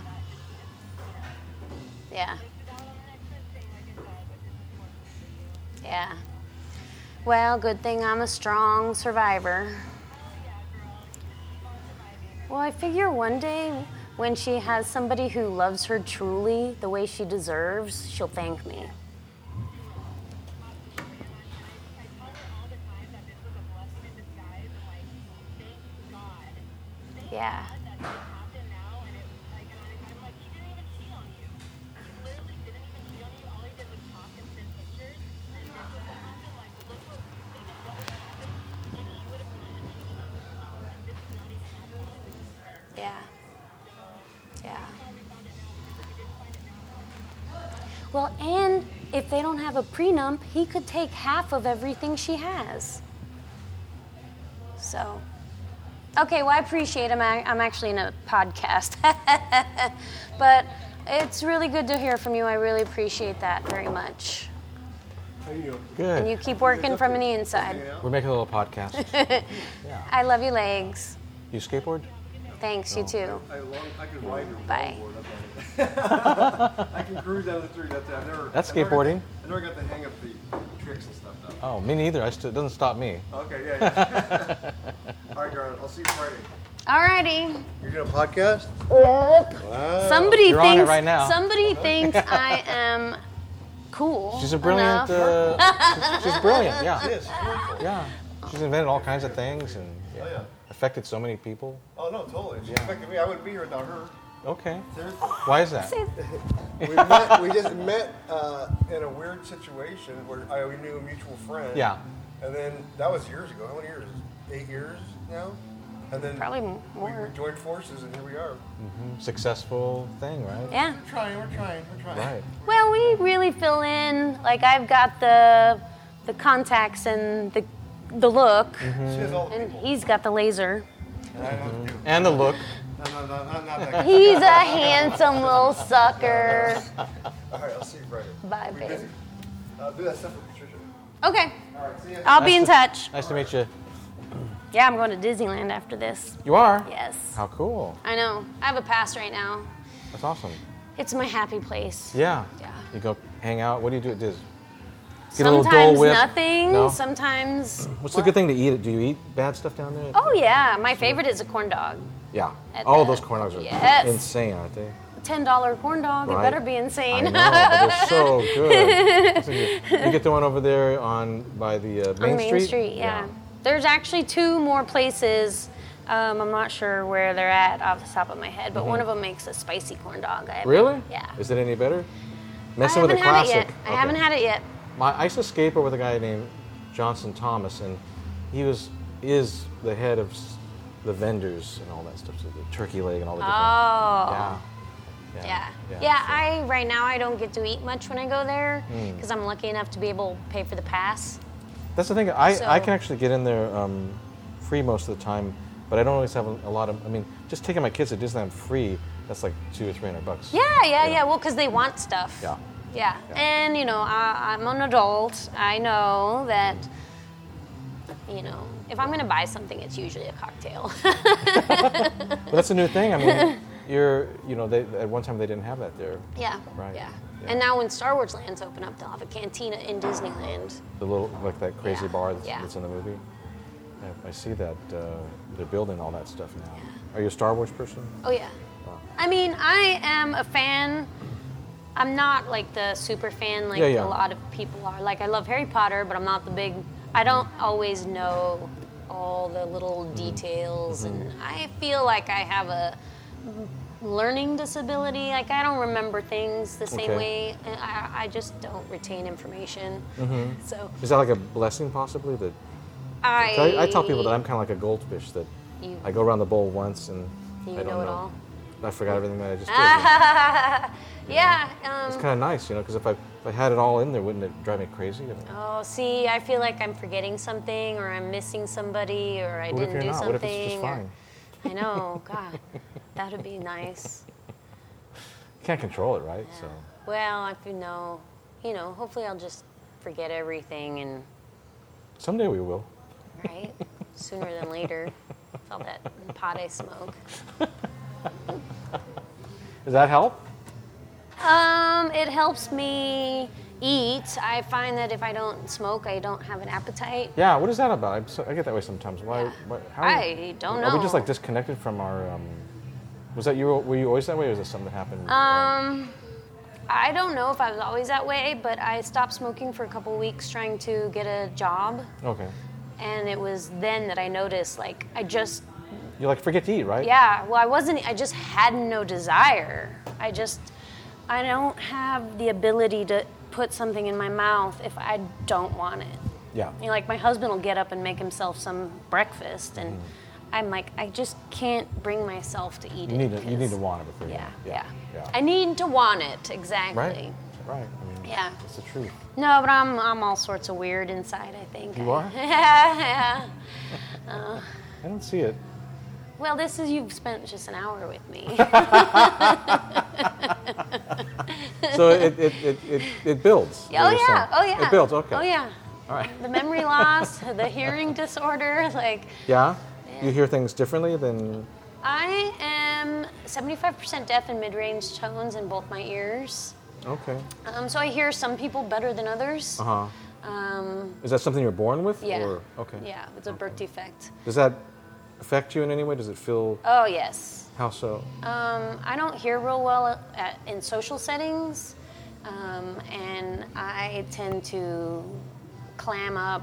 Speaker 2: Yeah. Yeah. Well, good thing I'm a strong survivor. Well, I figure one day when she has somebody who loves her truly the way she deserves, she'll thank me. Yeah. Yeah. Yeah. Well, and if they don't have a prenup, he could take half of everything she has. So, okay, well, I appreciate him. I- I'm actually in a podcast. (laughs) but it's really good to hear from you. I really appreciate that very much.
Speaker 5: How you doing?
Speaker 2: And you
Speaker 1: Good.
Speaker 2: keep working from the inside.
Speaker 5: Hanging out?
Speaker 1: We're making a little
Speaker 2: (laughs)
Speaker 1: podcast.
Speaker 2: I love your legs.
Speaker 1: You skateboard?
Speaker 2: Thanks, you too.
Speaker 5: I, long, I can ride your
Speaker 2: Bye.
Speaker 5: longboard, that's all. (laughs) I can cruise out of the street. That's it. I've never.
Speaker 1: That's
Speaker 5: I've never got-
Speaker 1: skateboarding.
Speaker 5: I never got the hang of the tricks and stuff though.
Speaker 1: Oh, me neither. I still, it doesn't stop me.
Speaker 2: Oh,
Speaker 5: Okay, yeah. yeah.
Speaker 1: (laughs)
Speaker 5: all right, Garland. I'll see you Friday.
Speaker 2: Alrighty.
Speaker 5: You're doing a podcast?
Speaker 2: Somebody
Speaker 1: You're on it
Speaker 2: thinks
Speaker 1: right now.
Speaker 2: somebody thinks I am cool.
Speaker 1: She's a brilliant.
Speaker 2: enough. (laughs)
Speaker 1: Uh, she's, she's brilliant. Yeah,
Speaker 5: Yes. wonderful.
Speaker 1: (laughs) yeah. She's invented all kinds of things and yeah,
Speaker 5: Oh, yeah.
Speaker 1: affected so many people.
Speaker 5: Oh no, totally. She
Speaker 1: Yeah.
Speaker 5: affected me. I wouldn't be here without her.
Speaker 1: Okay.
Speaker 5: There's-
Speaker 1: Why is that?
Speaker 2: Say-
Speaker 5: we met. We just met uh, in a weird situation where I we knew a mutual friend.
Speaker 1: Yeah.
Speaker 5: And then that was years ago. How many years? Eight years now. And then
Speaker 2: Probably m-
Speaker 5: we
Speaker 2: more.
Speaker 5: joined forces, and here we are.
Speaker 1: Successful thing, right?
Speaker 2: Yeah.
Speaker 5: We're trying. We're trying. We're trying.
Speaker 1: Right.
Speaker 2: Well, we really fill in. Like I've got the the contacts and the the look,
Speaker 1: Mm-hmm.
Speaker 5: She has all the
Speaker 2: and
Speaker 5: people.
Speaker 2: he's got the laser.
Speaker 5: And I don't. do-
Speaker 1: And the look.
Speaker 5: No, no, no, no, not
Speaker 2: (laughs)
Speaker 5: that guy.
Speaker 2: He's a handsome little sucker.
Speaker 5: All right. I'll see you Friday.
Speaker 2: Bye,
Speaker 5: We're
Speaker 2: babe.
Speaker 5: busy. Uh, do that stuff for Patricia.
Speaker 2: Okay,
Speaker 5: All right. See ya.
Speaker 2: I'll be in touch.
Speaker 1: Nice to meet you.
Speaker 2: Yeah, I'm going to Disneyland after this.
Speaker 1: You are?
Speaker 2: Yes.
Speaker 1: How cool.
Speaker 2: I know. I have a pass right now.
Speaker 1: That's awesome.
Speaker 2: It's my happy place.
Speaker 1: Yeah.
Speaker 2: Yeah.
Speaker 1: You go hang out. What do you do at Disney? Get a little Dole
Speaker 2: Sometimes
Speaker 1: Whip?
Speaker 2: nothing.
Speaker 1: No?
Speaker 2: Sometimes.
Speaker 1: What's the good thing to eat? Do you eat bad stuff down there?
Speaker 2: Oh yeah, my favorite is a corn dog.
Speaker 1: Yeah.
Speaker 2: At
Speaker 1: All
Speaker 2: the-
Speaker 1: those corn dogs are
Speaker 2: Yes.
Speaker 1: insane, aren't
Speaker 2: (laughs)
Speaker 1: they?
Speaker 2: Ten dollar corn dog. It
Speaker 1: Right.
Speaker 2: better be
Speaker 1: I
Speaker 2: insane.
Speaker 1: know, but they're so good. Listen, you you get the one over there on by the uh, Main
Speaker 2: (laughs) On Main
Speaker 1: Street.
Speaker 2: yeah. There's actually two more places. Um, I'm not sure where they're at off the top of my head, but one of them makes a spicy corn dog. I
Speaker 1: Mm-hmm. Really?
Speaker 2: Yeah.
Speaker 1: Is it any better?
Speaker 2: I
Speaker 1: Messing
Speaker 2: haven't
Speaker 1: with a
Speaker 2: had it
Speaker 1: classic.
Speaker 2: yet. I
Speaker 1: Okay.
Speaker 2: haven't had it yet.
Speaker 1: My I used to skateboard with a guy named Johnson Thomas, and he was is the head of s- the vendors and all that stuff, so the turkey leg and all the
Speaker 2: Oh.
Speaker 1: different. Yeah.
Speaker 2: Yeah. Yeah,
Speaker 1: so-
Speaker 2: I
Speaker 1: Hmm.
Speaker 2: right now I don't get to eat much when I go there because I'm lucky enough to be able to pay for the pass.
Speaker 1: That's the thing. I, I
Speaker 2: So-
Speaker 1: can actually get in there um, free most of the time, but I don't always have a, a lot of. I mean, just taking my kids to Disneyland free, that's like two or three hundred bucks.
Speaker 2: Yeah, yeah, yeah. Well, because they want stuff.
Speaker 1: Yeah.
Speaker 2: Yeah.
Speaker 1: Yeah.
Speaker 2: And, you know, I, I'm an adult. I know that, you know, if I'm going to buy something, it's usually a cocktail. (laughs)
Speaker 1: But that's a new thing. I mean, you're you know they at one time they didn't have that there.
Speaker 2: yeah.
Speaker 1: Right.
Speaker 2: Yeah.
Speaker 1: Yeah.
Speaker 2: And now when Star Wars lands open up, they'll have a cantina in Disneyland.
Speaker 1: The little like that crazy
Speaker 2: Yeah,
Speaker 1: bar that's,
Speaker 2: yeah.
Speaker 1: that's in the movie. I, I see that uh, they're building all that stuff now. Are you a Star Wars person?
Speaker 2: Oh yeah. I mean, I am a fan. I'm not like the super fan like
Speaker 1: Yeah, yeah.
Speaker 2: a lot of people are. Like I love Harry Potter, but I'm not the big. I don't always know all the little
Speaker 1: Mm-hmm.
Speaker 2: details, and I feel like I have a learning disability. Like I don't remember things the same
Speaker 1: Okay.
Speaker 2: way. and I, I just don't retain information.
Speaker 1: Mm-hmm.
Speaker 2: So
Speaker 1: Is that like a blessing possibly? That
Speaker 2: I,
Speaker 1: 'cause I, I tell people that I'm kind of like a goldfish that
Speaker 2: You-
Speaker 1: I go around the bowl once and
Speaker 2: You
Speaker 1: I don't
Speaker 2: know
Speaker 1: know.
Speaker 2: it all.
Speaker 1: I forgot everything that I just did.
Speaker 2: (laughs) yeah.
Speaker 1: It's
Speaker 2: Um,
Speaker 1: kind of nice, you know, because if I, if I had it all in there, wouldn't it drive me crazy? I mean,
Speaker 2: Oh, see, I feel like I'm forgetting something, or I'm missing somebody, or I
Speaker 1: what if
Speaker 2: didn't
Speaker 1: you're
Speaker 2: do
Speaker 1: not?
Speaker 2: something.
Speaker 1: What if it's just
Speaker 2: or-
Speaker 1: fine?
Speaker 2: I know, (laughs) God, that would be nice.
Speaker 1: You can't control it, right? So
Speaker 2: Well, if you know, you know, hopefully I'll just forget everything, and
Speaker 1: someday we will.
Speaker 2: right sooner than later. It's all that pot I smoke.
Speaker 1: Does that help?
Speaker 2: Um, it helps me eat. I find that if I don't smoke, I don't have an appetite.
Speaker 1: Yeah. What is that about? I'm so, I get that way sometimes. Why?
Speaker 2: Yeah.
Speaker 1: why- how,
Speaker 2: I don't
Speaker 1: Are we just
Speaker 2: know.
Speaker 1: like disconnected from our? Um, was that you? Were you always that way, or is that something that happened?
Speaker 2: Um, I don't know if I was always that way, but I stopped smoking for a couple weeks trying to get a job,
Speaker 1: Um, okay.
Speaker 2: and it was then that I noticed like I just
Speaker 1: You like forget to eat, right?
Speaker 2: yeah, well I wasn't I just had no desire. I just I don't have the ability to put something in my mouth if I don't want it.
Speaker 1: Yeah.
Speaker 2: You know, like my husband will get up and make himself some breakfast
Speaker 1: Mm.
Speaker 2: and I'm like I just can't bring myself to eat
Speaker 1: You
Speaker 2: it.
Speaker 1: need to. You need
Speaker 2: 'cause-
Speaker 1: to want it before you.
Speaker 2: yeah,
Speaker 1: eat.
Speaker 2: yeah,
Speaker 1: Yeah.
Speaker 2: I need to want it exactly.
Speaker 1: right. Right. I mean,
Speaker 2: Yeah.
Speaker 1: It's the truth.
Speaker 2: No, but I'm I'm all sorts of weird inside. I think
Speaker 1: You are?
Speaker 2: (laughs) yeah.
Speaker 1: I don't see
Speaker 2: (laughs)
Speaker 1: it.
Speaker 2: Well, this is you've spent just an hour with me.
Speaker 1: So it it, it, it, it builds.
Speaker 2: oh
Speaker 1: you're saying.
Speaker 2: yeah, oh yeah.
Speaker 1: It builds. Okay.
Speaker 2: Oh yeah.
Speaker 1: All right.
Speaker 2: The memory loss, (laughs) the hearing disorder. (laughs) Like
Speaker 1: Yeah. You hear things differently than.
Speaker 2: I am 75% deaf in mid-range tones in both my ears.
Speaker 1: Okay.
Speaker 2: Um, so I hear some people better than others.
Speaker 1: Uh huh.
Speaker 2: Um,
Speaker 1: Is that something you're born with?
Speaker 2: yeah.
Speaker 1: Or, okay.
Speaker 2: Yeah, it's a birth defect.
Speaker 1: Does that affect you in any way? Does it feel
Speaker 2: Oh yes.
Speaker 1: how so?
Speaker 2: Um, I don't hear real well at, in social settings, um, and I tend to clam up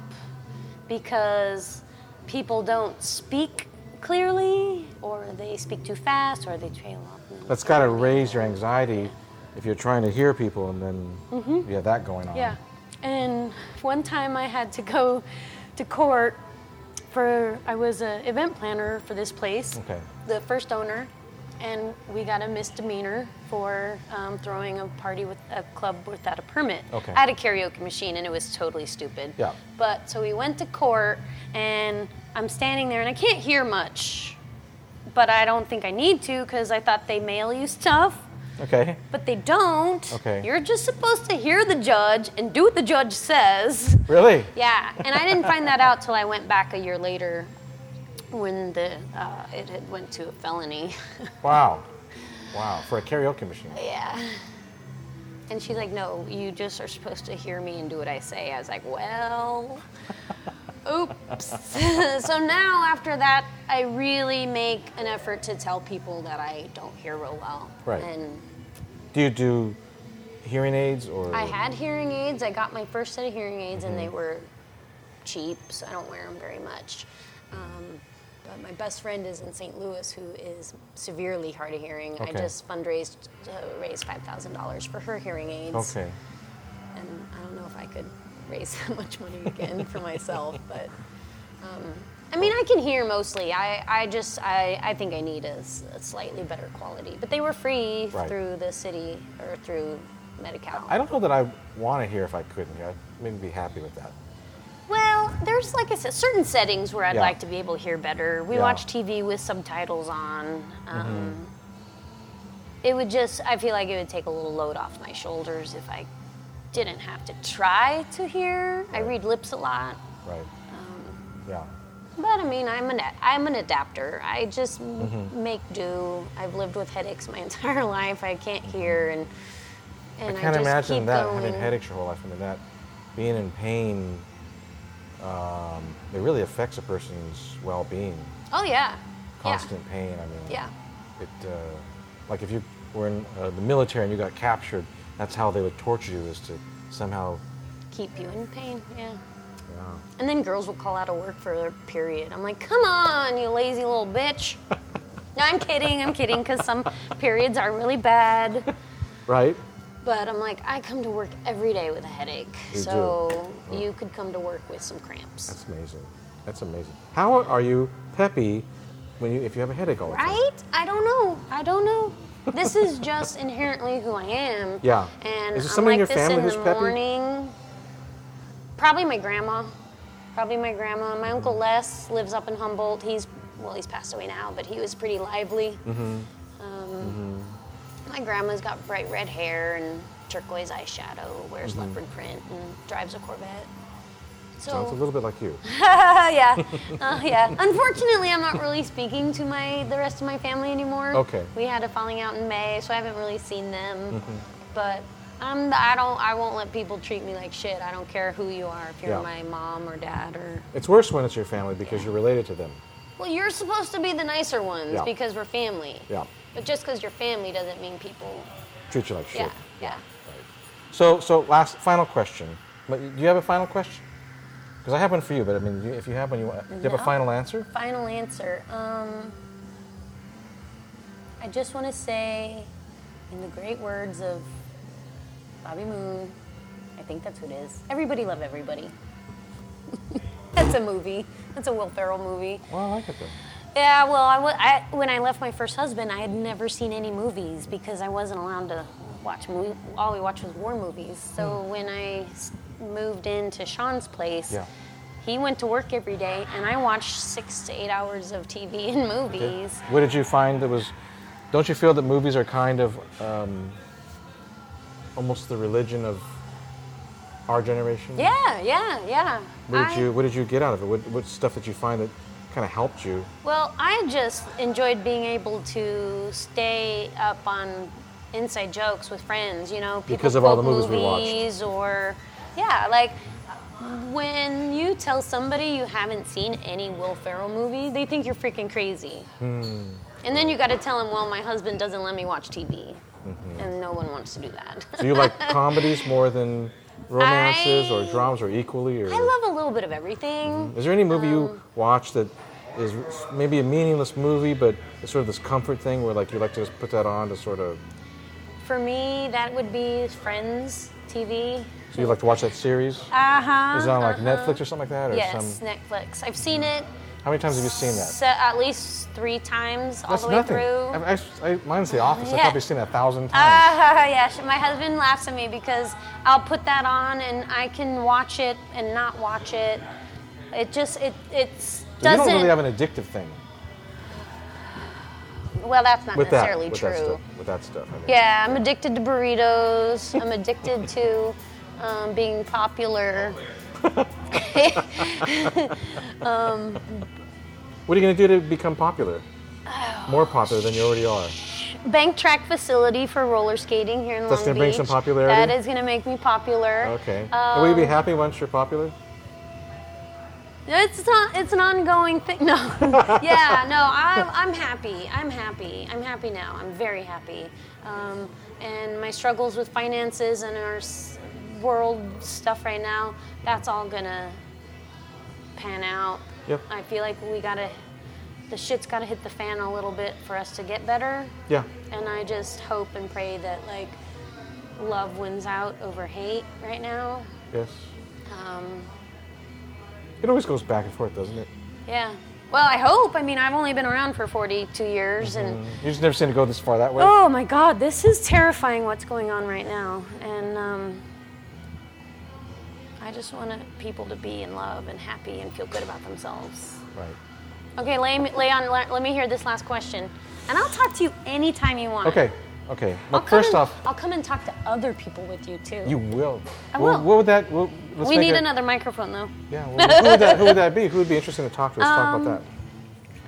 Speaker 2: because people don't speak clearly, or they speak too fast, or they trail off.
Speaker 1: That's got to raise your anxiety if you're trying to hear people and then you have that going on.
Speaker 2: Mm-hmm. Yeah. And one time I had to go to court for, I was an event planner for this place,
Speaker 1: Okay.
Speaker 2: the first owner, and we got a misdemeanor for um, throwing a party with a club without a permit.
Speaker 1: Okay.
Speaker 2: I had a karaoke machine and it was totally stupid.
Speaker 1: Yeah.
Speaker 2: But so we went to court and I'm standing there and I can't hear much, but I don't think I need to because I thought they mail you stuff
Speaker 1: Okay.
Speaker 2: but they don't.
Speaker 1: Okay.
Speaker 2: You're just supposed to hear the judge and do what the judge says.
Speaker 1: Really?
Speaker 2: Yeah, (laughs) and I didn't find that out till I went back a year later, when the uh, it had went to a felony. (laughs)
Speaker 1: Wow. Wow. For a karaoke machine.
Speaker 2: yeah. And she's like, "No, you just are supposed to hear me and do what I say." I was like, "Well, (laughs) oops." (laughs) so now after that, I really make an effort to tell people that I don't hear real well.
Speaker 1: Right.
Speaker 2: And
Speaker 1: Do you do hearing aids or?
Speaker 2: I had hearing aids. I got my first set of hearing aids, and they were cheap, so I don't wear them very much. Um, but my best friend is in St. Louis, who is severely hard of hearing. I
Speaker 1: Okay.
Speaker 2: just fundraised to raise five thousand dollars for her hearing aids,
Speaker 1: Okay.
Speaker 2: and I don't know if I could raise (laughs) that much money again for myself. But um, I mean, I can hear mostly. I, I just I, I think I need a, s- a slightly better quality. But they were free
Speaker 1: Right.
Speaker 2: through the city or through Medi-Cal.
Speaker 1: I don't know that I want to hear if I couldn't. I would maybe be happy with that.
Speaker 2: Well, there's like I said, certain settings where I'd
Speaker 1: Yeah.
Speaker 2: like to be able to hear better. We
Speaker 1: Yeah. Mm-hmm.
Speaker 2: watch TV with subtitles on. Um, It would just, I feel like it would take a little load off my shoulders if I didn't have to try to hear. I read lips a lot,
Speaker 1: Right.
Speaker 2: Um,
Speaker 1: yeah.
Speaker 2: but I mean, I'm an a- I'm an adapter. I just m
Speaker 1: Mm-hmm.
Speaker 2: make do. I've lived with headaches my (laughs) entire life. I can't hear, and and
Speaker 1: I can't
Speaker 2: just
Speaker 1: imagine
Speaker 2: keep
Speaker 1: that
Speaker 2: going.
Speaker 1: having headaches your whole life. I mean, that being in pain, um, it really affects a person's well-being.
Speaker 2: Oh yeah,
Speaker 1: Constant pain. I mean,
Speaker 2: Yeah.
Speaker 1: It, uh, like if you were in uh, the military and you got captured, that's how they would torture you is to somehow.
Speaker 2: yeah. Keep you in pain. Yeah.
Speaker 1: Yeah.
Speaker 2: And then girls would call out of work for their period. I'm like, come on, you lazy
Speaker 1: (laughs)
Speaker 2: little bitch. no, I'm kidding, I'm kidding, because some periods are really bad.
Speaker 1: Right.
Speaker 2: But I'm like, I come to work every day with a headache.
Speaker 1: You
Speaker 2: so
Speaker 1: do.
Speaker 2: you could come to work with some cramps.
Speaker 1: That's amazing. That's amazing. How are you peppy when you if you have a headache all the time?
Speaker 2: Right? I don't know. I don't know. This is just inherently who I am.
Speaker 1: (laughs) Yeah.
Speaker 2: And
Speaker 1: Is there
Speaker 2: I'm
Speaker 1: someone in
Speaker 2: like
Speaker 1: your
Speaker 2: this
Speaker 1: family
Speaker 2: in
Speaker 1: who's
Speaker 2: the
Speaker 1: peppy?
Speaker 2: morning. Probably my grandma. Probably my grandma. My uncle Les lives up in Humboldt. He's well, he's passed away now, but he was pretty lively.
Speaker 1: Mm-hmm.
Speaker 2: Um, My grandma's got bright red hair and turquoise eyeshadow, wears leopard print, and drives a Corvette. So,
Speaker 1: Mm-hmm. Sounds a little bit like you.
Speaker 2: yeah, uh, yeah. Unfortunately, I'm not really speaking to my the rest of my family anymore.
Speaker 1: Okay. Mm-hmm.
Speaker 2: We had a falling out in May, so I haven't really seen them. But I'm the, I don't I won't let people treat me like shit. I don't care who you are, if you're
Speaker 1: Yeah.
Speaker 2: my mom or dad or.
Speaker 1: It's worse when it's your family because you're related to them.
Speaker 2: Well, you're supposed to be the nicer ones
Speaker 1: Yeah.
Speaker 2: because we're family.
Speaker 1: Yeah.
Speaker 2: But just because you're family doesn't mean people.
Speaker 1: Treat you like shit.
Speaker 2: Yeah, yeah.
Speaker 1: So, so last final question. But Do you have a final question? Because I have one for you, but I mean, you- if you have one, you want, do you have a
Speaker 2: No.
Speaker 1: final answer?
Speaker 2: Final answer. Um, I just want to say, in the great words of Bobby Moon, I think that's who it is. Everybody love everybody. (laughs) that's a movie. That's a Will Ferrell movie.
Speaker 1: Well, I like it though.
Speaker 2: Yeah, well, I wa- I- when I left my first husband, I had never seen any movies because I wasn't allowed to watch movies. All we watched was war movies. So when I s- moved into Sean's place,
Speaker 1: Hmm. Yeah.
Speaker 2: he went to work every day, and I watched six to eight hours of TV and movies.
Speaker 1: What did you find that was? Don't you feel that movies are kind of um, almost the religion of our generation?
Speaker 2: Yeah, yeah, yeah.
Speaker 1: What did
Speaker 2: I-
Speaker 1: you What did you get out of it? What, what stuff did you find that kind of helped you?
Speaker 2: Well, I just enjoyed being able to stay up on inside jokes with friends, you know, people
Speaker 1: Because of all
Speaker 2: quote
Speaker 1: the movies we watched.
Speaker 2: movies or yeah, like when you tell somebody you haven't seen any Will Ferrell movie, they think you're freaking crazy.
Speaker 1: Hmm.
Speaker 2: And then you got to tell them, well, my husband doesn't let me watch TV.
Speaker 1: Mm-hmm.
Speaker 2: And no one wants to do that.
Speaker 1: Do you
Speaker 2: (laughs)
Speaker 1: like comedies more than romances or
Speaker 2: I-
Speaker 1: dramas or equally? Or
Speaker 2: I love a little bit of everything.
Speaker 1: Is there any movie you watch that is maybe a meaningless movie, but it's sort of this comfort thing where like you like to just put that on to sort of
Speaker 2: For me, that would be Friends TV.
Speaker 1: so you like to watch that series?
Speaker 2: Uh huh.
Speaker 1: is it on like Netflix or something like that? Or
Speaker 2: Yes,
Speaker 1: some,
Speaker 2: Netflix. I've seen it
Speaker 1: how many times have you seen that?
Speaker 2: se- at least three times all
Speaker 1: That's
Speaker 2: the way
Speaker 1: nothing.
Speaker 2: through.
Speaker 1: I, I, I, mine's The Office. I've
Speaker 2: Yeah.
Speaker 1: probably seen it a thousand times.
Speaker 2: Ah, (laughs) yeah. sh- My husband laughs at me because I'll put that on and I can watch it and not watch it. It just it it's
Speaker 1: so you
Speaker 2: doesn't.
Speaker 1: don't really have an addictive thing
Speaker 2: well, that's not
Speaker 1: with that.
Speaker 2: necessarily
Speaker 1: With
Speaker 2: true.
Speaker 1: that stuff. With that stuff. I mean.
Speaker 2: Yeah, I'm addicted to burritos. I'm addicted to um, being popular.
Speaker 1: What are you gonna do to become popular?
Speaker 2: Oh,
Speaker 1: More popular than you already are.
Speaker 2: bank track facility for roller skating here in
Speaker 1: That's
Speaker 2: Long
Speaker 1: gonna bring
Speaker 2: Beach.
Speaker 1: some popularity?
Speaker 2: That is going to make me popular.
Speaker 1: Okay.
Speaker 2: Um,
Speaker 1: And will you be happy once you're popular?
Speaker 2: It's not. It's an ongoing thing. (laughs) No. yeah. No. I'm. I'm happy. I'm happy. I'm happy now. I'm very happy. Um, and my struggles with finances and our s- world stuff right now. That's all gonna pan out.
Speaker 1: Yep.
Speaker 2: I feel like we gotta. The shit's gotta hit the fan a little bit for us to get better.
Speaker 1: Yeah.
Speaker 2: And I just hope and pray that like love wins out over hate right now.
Speaker 1: Yes.
Speaker 2: Um.
Speaker 1: it always goes back and forth, doesn't it?
Speaker 2: Yeah. Well, I hope. I mean, I've only been around for 42 years and
Speaker 1: You just never seem to go this far that way.
Speaker 2: oh my god, this is terrifying what's going on right now. And um I just want people to be in love and happy and feel good about themselves.
Speaker 1: Right.
Speaker 2: Okay, lay, me- lay on, let, let me hear this last question. And I'll talk to you anytime you want.
Speaker 1: Okay. Okay.
Speaker 2: I'll
Speaker 1: Well,
Speaker 2: come
Speaker 1: first
Speaker 2: and-
Speaker 1: off,
Speaker 2: I'll come and talk to other people with you too.
Speaker 1: you will.
Speaker 2: I
Speaker 1: Well,
Speaker 2: will.
Speaker 1: What would that? Well, let's
Speaker 2: we
Speaker 1: make
Speaker 2: need
Speaker 1: it-
Speaker 2: another microphone though.
Speaker 1: Yeah. Well, who, would that, who would that be? Who would be interesting to talk to? Let's talk
Speaker 2: Um,
Speaker 1: about that.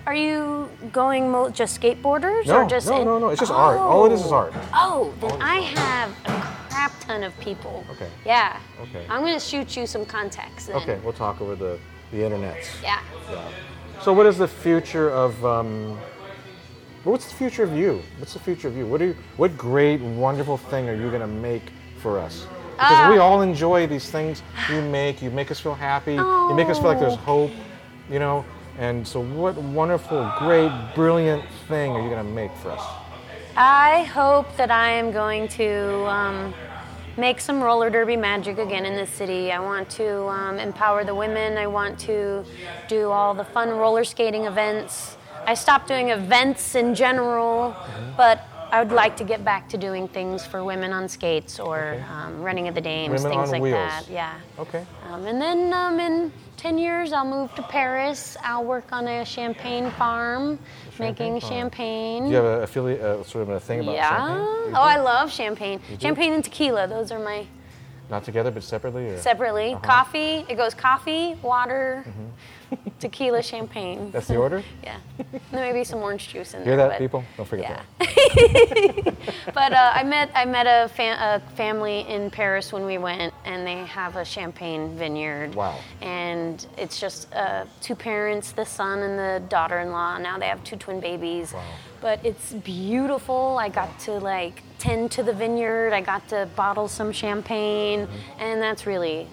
Speaker 2: Are you going mo- just skateboarders
Speaker 1: No,
Speaker 2: or just
Speaker 1: no,
Speaker 2: in-
Speaker 1: no, no, it's just art. All it is is
Speaker 2: Oh.
Speaker 1: art.
Speaker 2: Oh, then I have a crap ton of people.
Speaker 1: Okay.
Speaker 2: Yeah.
Speaker 1: Okay.
Speaker 2: I'm gonna shoot you some contacts then.
Speaker 1: Okay. We'll talk over the the internets.
Speaker 2: Yeah.
Speaker 1: So, what is the future of? Um, what's the future of you? What's the future of you? What do you? What great, wonderful thing are you gonna make for us? Because
Speaker 2: Uh.
Speaker 1: we all enjoy these things you make. You make us feel happy. You make us feel like there's
Speaker 2: Oh.
Speaker 1: hope. You know. And so, what wonderful, great, brilliant thing are you gonna make for us?
Speaker 2: I hope that I am going to um, make some roller derby magic again in this city. I want to um, empower the women. I want to do all the fun roller skating events. I stopped doing events in general,
Speaker 1: Mm-hmm.
Speaker 2: but I would like to get back to doing things for women on skates or um, running at the dames,
Speaker 1: Women
Speaker 2: things
Speaker 1: on
Speaker 2: like
Speaker 1: wheels.
Speaker 2: that. Yeah.
Speaker 1: Okay.
Speaker 2: Um, and then um, in 10 years, I'll move to Paris. I'll work on a champagne farm, making
Speaker 1: farm.
Speaker 2: champagne.
Speaker 1: Do you have an affiliate, uh, sort of a thing about
Speaker 2: Yeah.
Speaker 1: champagne? You
Speaker 2: Oh, I
Speaker 1: do? Uh-huh.
Speaker 2: love champagne. Champagne and tequila. Those are my
Speaker 1: Not together, but separately. Or?
Speaker 2: separately. Coffee. It goes coffee, water, tequila, champagne.
Speaker 1: Mm-hmm. That's the order.
Speaker 2: yeah. And then maybe some orange juice in
Speaker 1: Hear
Speaker 2: there.
Speaker 1: that,
Speaker 2: but-
Speaker 1: people? Don't forget
Speaker 2: Yeah.
Speaker 1: that.
Speaker 2: But uh, I met I met a, fa- a family in Paris when we went, and they have a champagne vineyard.
Speaker 1: Wow.
Speaker 2: And it's just uh, two parents, the son and the daughter-in-law. Now they have two twin babies.
Speaker 1: Wow.
Speaker 2: But it's beautiful. I got to like tend to the vineyard. I got to bottle some champagne,
Speaker 1: Mm-hmm.
Speaker 2: and that's really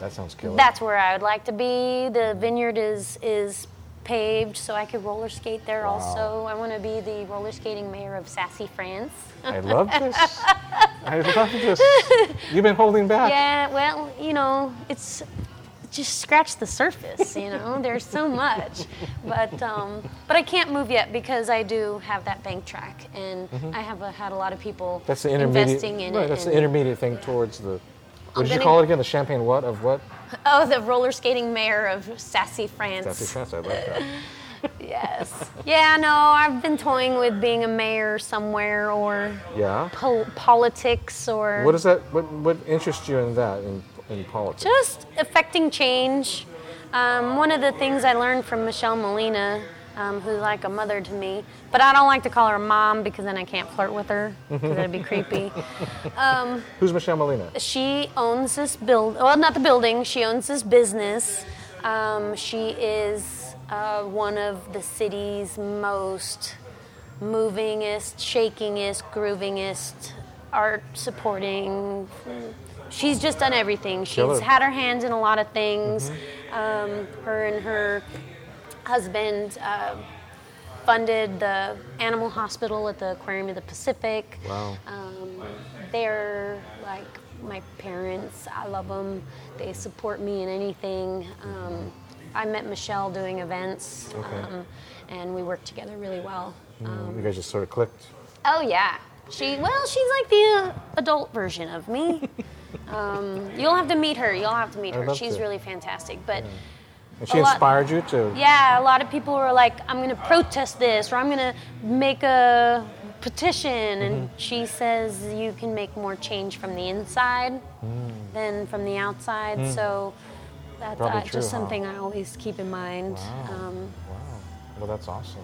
Speaker 1: That
Speaker 2: (laughs)
Speaker 1: sounds killer.
Speaker 2: that's where I would like to be. The vineyard is is paved, so I could roller skate there.
Speaker 1: Wow.
Speaker 2: Also, I want to be the roller skating mayor of Sassy, France.
Speaker 1: I love
Speaker 2: (laughs)
Speaker 1: this. I love this. You've been holding back.
Speaker 2: Yeah, well, you know, it's just scratch the surface, you know. (laughs) There's so much. But um, but I can't move yet because I do have that bank track and I have a, had a lot of people
Speaker 1: Mm-hmm. That's the intermediate.
Speaker 2: investing in
Speaker 1: right,
Speaker 2: it.
Speaker 1: that's the
Speaker 2: and-
Speaker 1: intermediate thing towards the. What
Speaker 2: I'm
Speaker 1: did you
Speaker 2: gonna-
Speaker 1: call it again? The champagne what of what?
Speaker 2: Oh, the roller skating mayor of Sassy France.
Speaker 1: That's France. I like that.
Speaker 2: (laughs) Yes. yeah, no, I've been toying with being a mayor somewhere or
Speaker 1: Yeah.
Speaker 2: pol- politics or
Speaker 1: What is that? What what interests you in that in, in politics?
Speaker 2: just affecting change. Um, one of the things I learned from Michelle Molina, um, who's like a mother to me, but I don't like to call her mom because then I can't flirt with her because it'd be creepy.
Speaker 1: Who's Michelle Molina?
Speaker 2: She owns this build. Well, not the building. She owns this business. Um, she is uh, one of the city's most movingest, shakingest, groovingest art supporting. She's just done everything. She's
Speaker 1: Killer.
Speaker 2: had her hands in a lot of things. Um, her and her husband uh, funded the animal hospital at the Aquarium of the Pacific.
Speaker 1: Wow.
Speaker 2: Um, they're like my parents. I love them. They support me in anything. Um, I met Michelle doing events,
Speaker 1: Okay.
Speaker 2: um, and we work together really well.
Speaker 1: you guys just sort of clicked.
Speaker 2: Oh yeah, she well, she's like the uh, adult version
Speaker 1: (laughs)
Speaker 2: of me. um, you'll have to meet her. You'll have to meet
Speaker 1: I'd
Speaker 2: her.
Speaker 1: love
Speaker 2: She's
Speaker 1: to.
Speaker 2: really fantastic, but.
Speaker 1: And she
Speaker 2: A lot-
Speaker 1: inspired you to.
Speaker 2: Yeah, a lot of people were like, I'm going to protest this or I'm going to make a petition. And
Speaker 1: Mm-hmm.
Speaker 2: she says you can make more change from the inside
Speaker 1: Mm.
Speaker 2: than from the outside. So that's
Speaker 1: Probably
Speaker 2: uh,
Speaker 1: true, huh?
Speaker 2: just something I always keep in mind.
Speaker 1: Wow.
Speaker 2: Um,
Speaker 1: wow. Well, that's
Speaker 2: (laughs)
Speaker 1: awesome.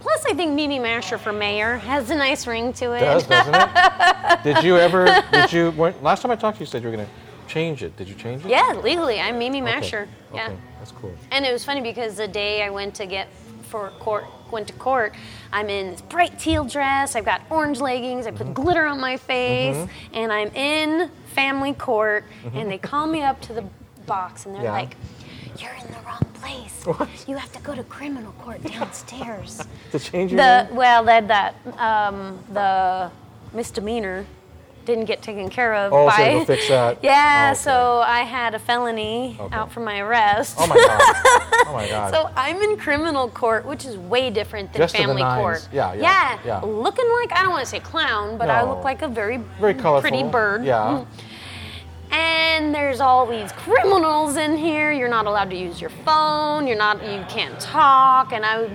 Speaker 2: plus, I think Mimi Masher for mayor has a nice ring to it. (laughs)
Speaker 1: Does doesn't it? did you ever? Did you? When, last time I talked to you, you said you were gonna change it. Did you change it?
Speaker 2: yeah, legally, I'm Mimi
Speaker 1: Okay.
Speaker 2: Masher. Yeah.
Speaker 1: Okay. That's cool.
Speaker 2: And it was funny because the day I went to get for court, went to court, I'm in this bright teal dress. I've got orange leggings. I put
Speaker 1: Mm-hmm.
Speaker 2: glitter on my face, and I'm in family court. And they call me up to the box, and they're
Speaker 1: Mm-hmm. Yeah.
Speaker 2: like, "You're in the wrong
Speaker 1: (laughs)
Speaker 2: place. You have to go to criminal court downstairs."
Speaker 1: To change your
Speaker 2: the
Speaker 1: name?
Speaker 2: well, that that um, the misdemeanor didn't get taken care of
Speaker 1: Oh, so
Speaker 2: by
Speaker 1: you had to fix that. Oh,
Speaker 2: (laughs) yeah
Speaker 1: Okay.
Speaker 2: so i had a felony
Speaker 1: Okay.
Speaker 2: out for my arrest
Speaker 1: Oh my
Speaker 2: (laughs)
Speaker 1: god. Oh my god.
Speaker 2: so I'm in criminal court, which is way different than
Speaker 1: Just to the
Speaker 2: family
Speaker 1: nines.
Speaker 2: court.
Speaker 1: Yeah, yeah, yeah.
Speaker 2: Looking like I don't want to say clown, but I
Speaker 1: No.
Speaker 2: look like a very
Speaker 1: very colorful.
Speaker 2: pretty bird.
Speaker 1: Yeah.
Speaker 2: and there's all these criminals in here. You're not allowed to use your phone. You're not. You can't talk. And I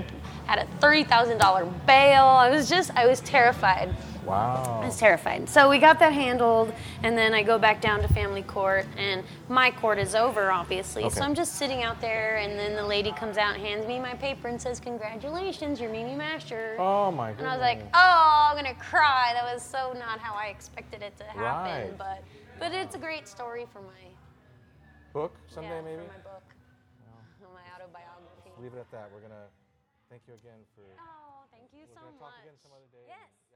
Speaker 2: had a thirty thousand dollar bail. I was just. I was terrified. I
Speaker 1: Wow.
Speaker 2: was terrified. So we got that handled, and then I go back down to family court, and my court is over, obviously.
Speaker 1: Okay.
Speaker 2: So I'm just sitting out there, and then the lady comes out and hands me my paper and says, "Congratulations, you're Mimi Master."
Speaker 1: Oh my god.
Speaker 2: And I was like, "Oh, I'm gonna cry." That was so not how I expected it to happen,
Speaker 1: Right.
Speaker 2: but but it's a great story for my
Speaker 1: book
Speaker 2: yeah,
Speaker 1: someday maybe.
Speaker 2: for my book, my autobiography.
Speaker 1: Leave it at that. We're gonna thank you again for.
Speaker 2: Oh, thank you so
Speaker 1: We're gonna
Speaker 2: much.
Speaker 1: talk again some other day.
Speaker 2: Yes.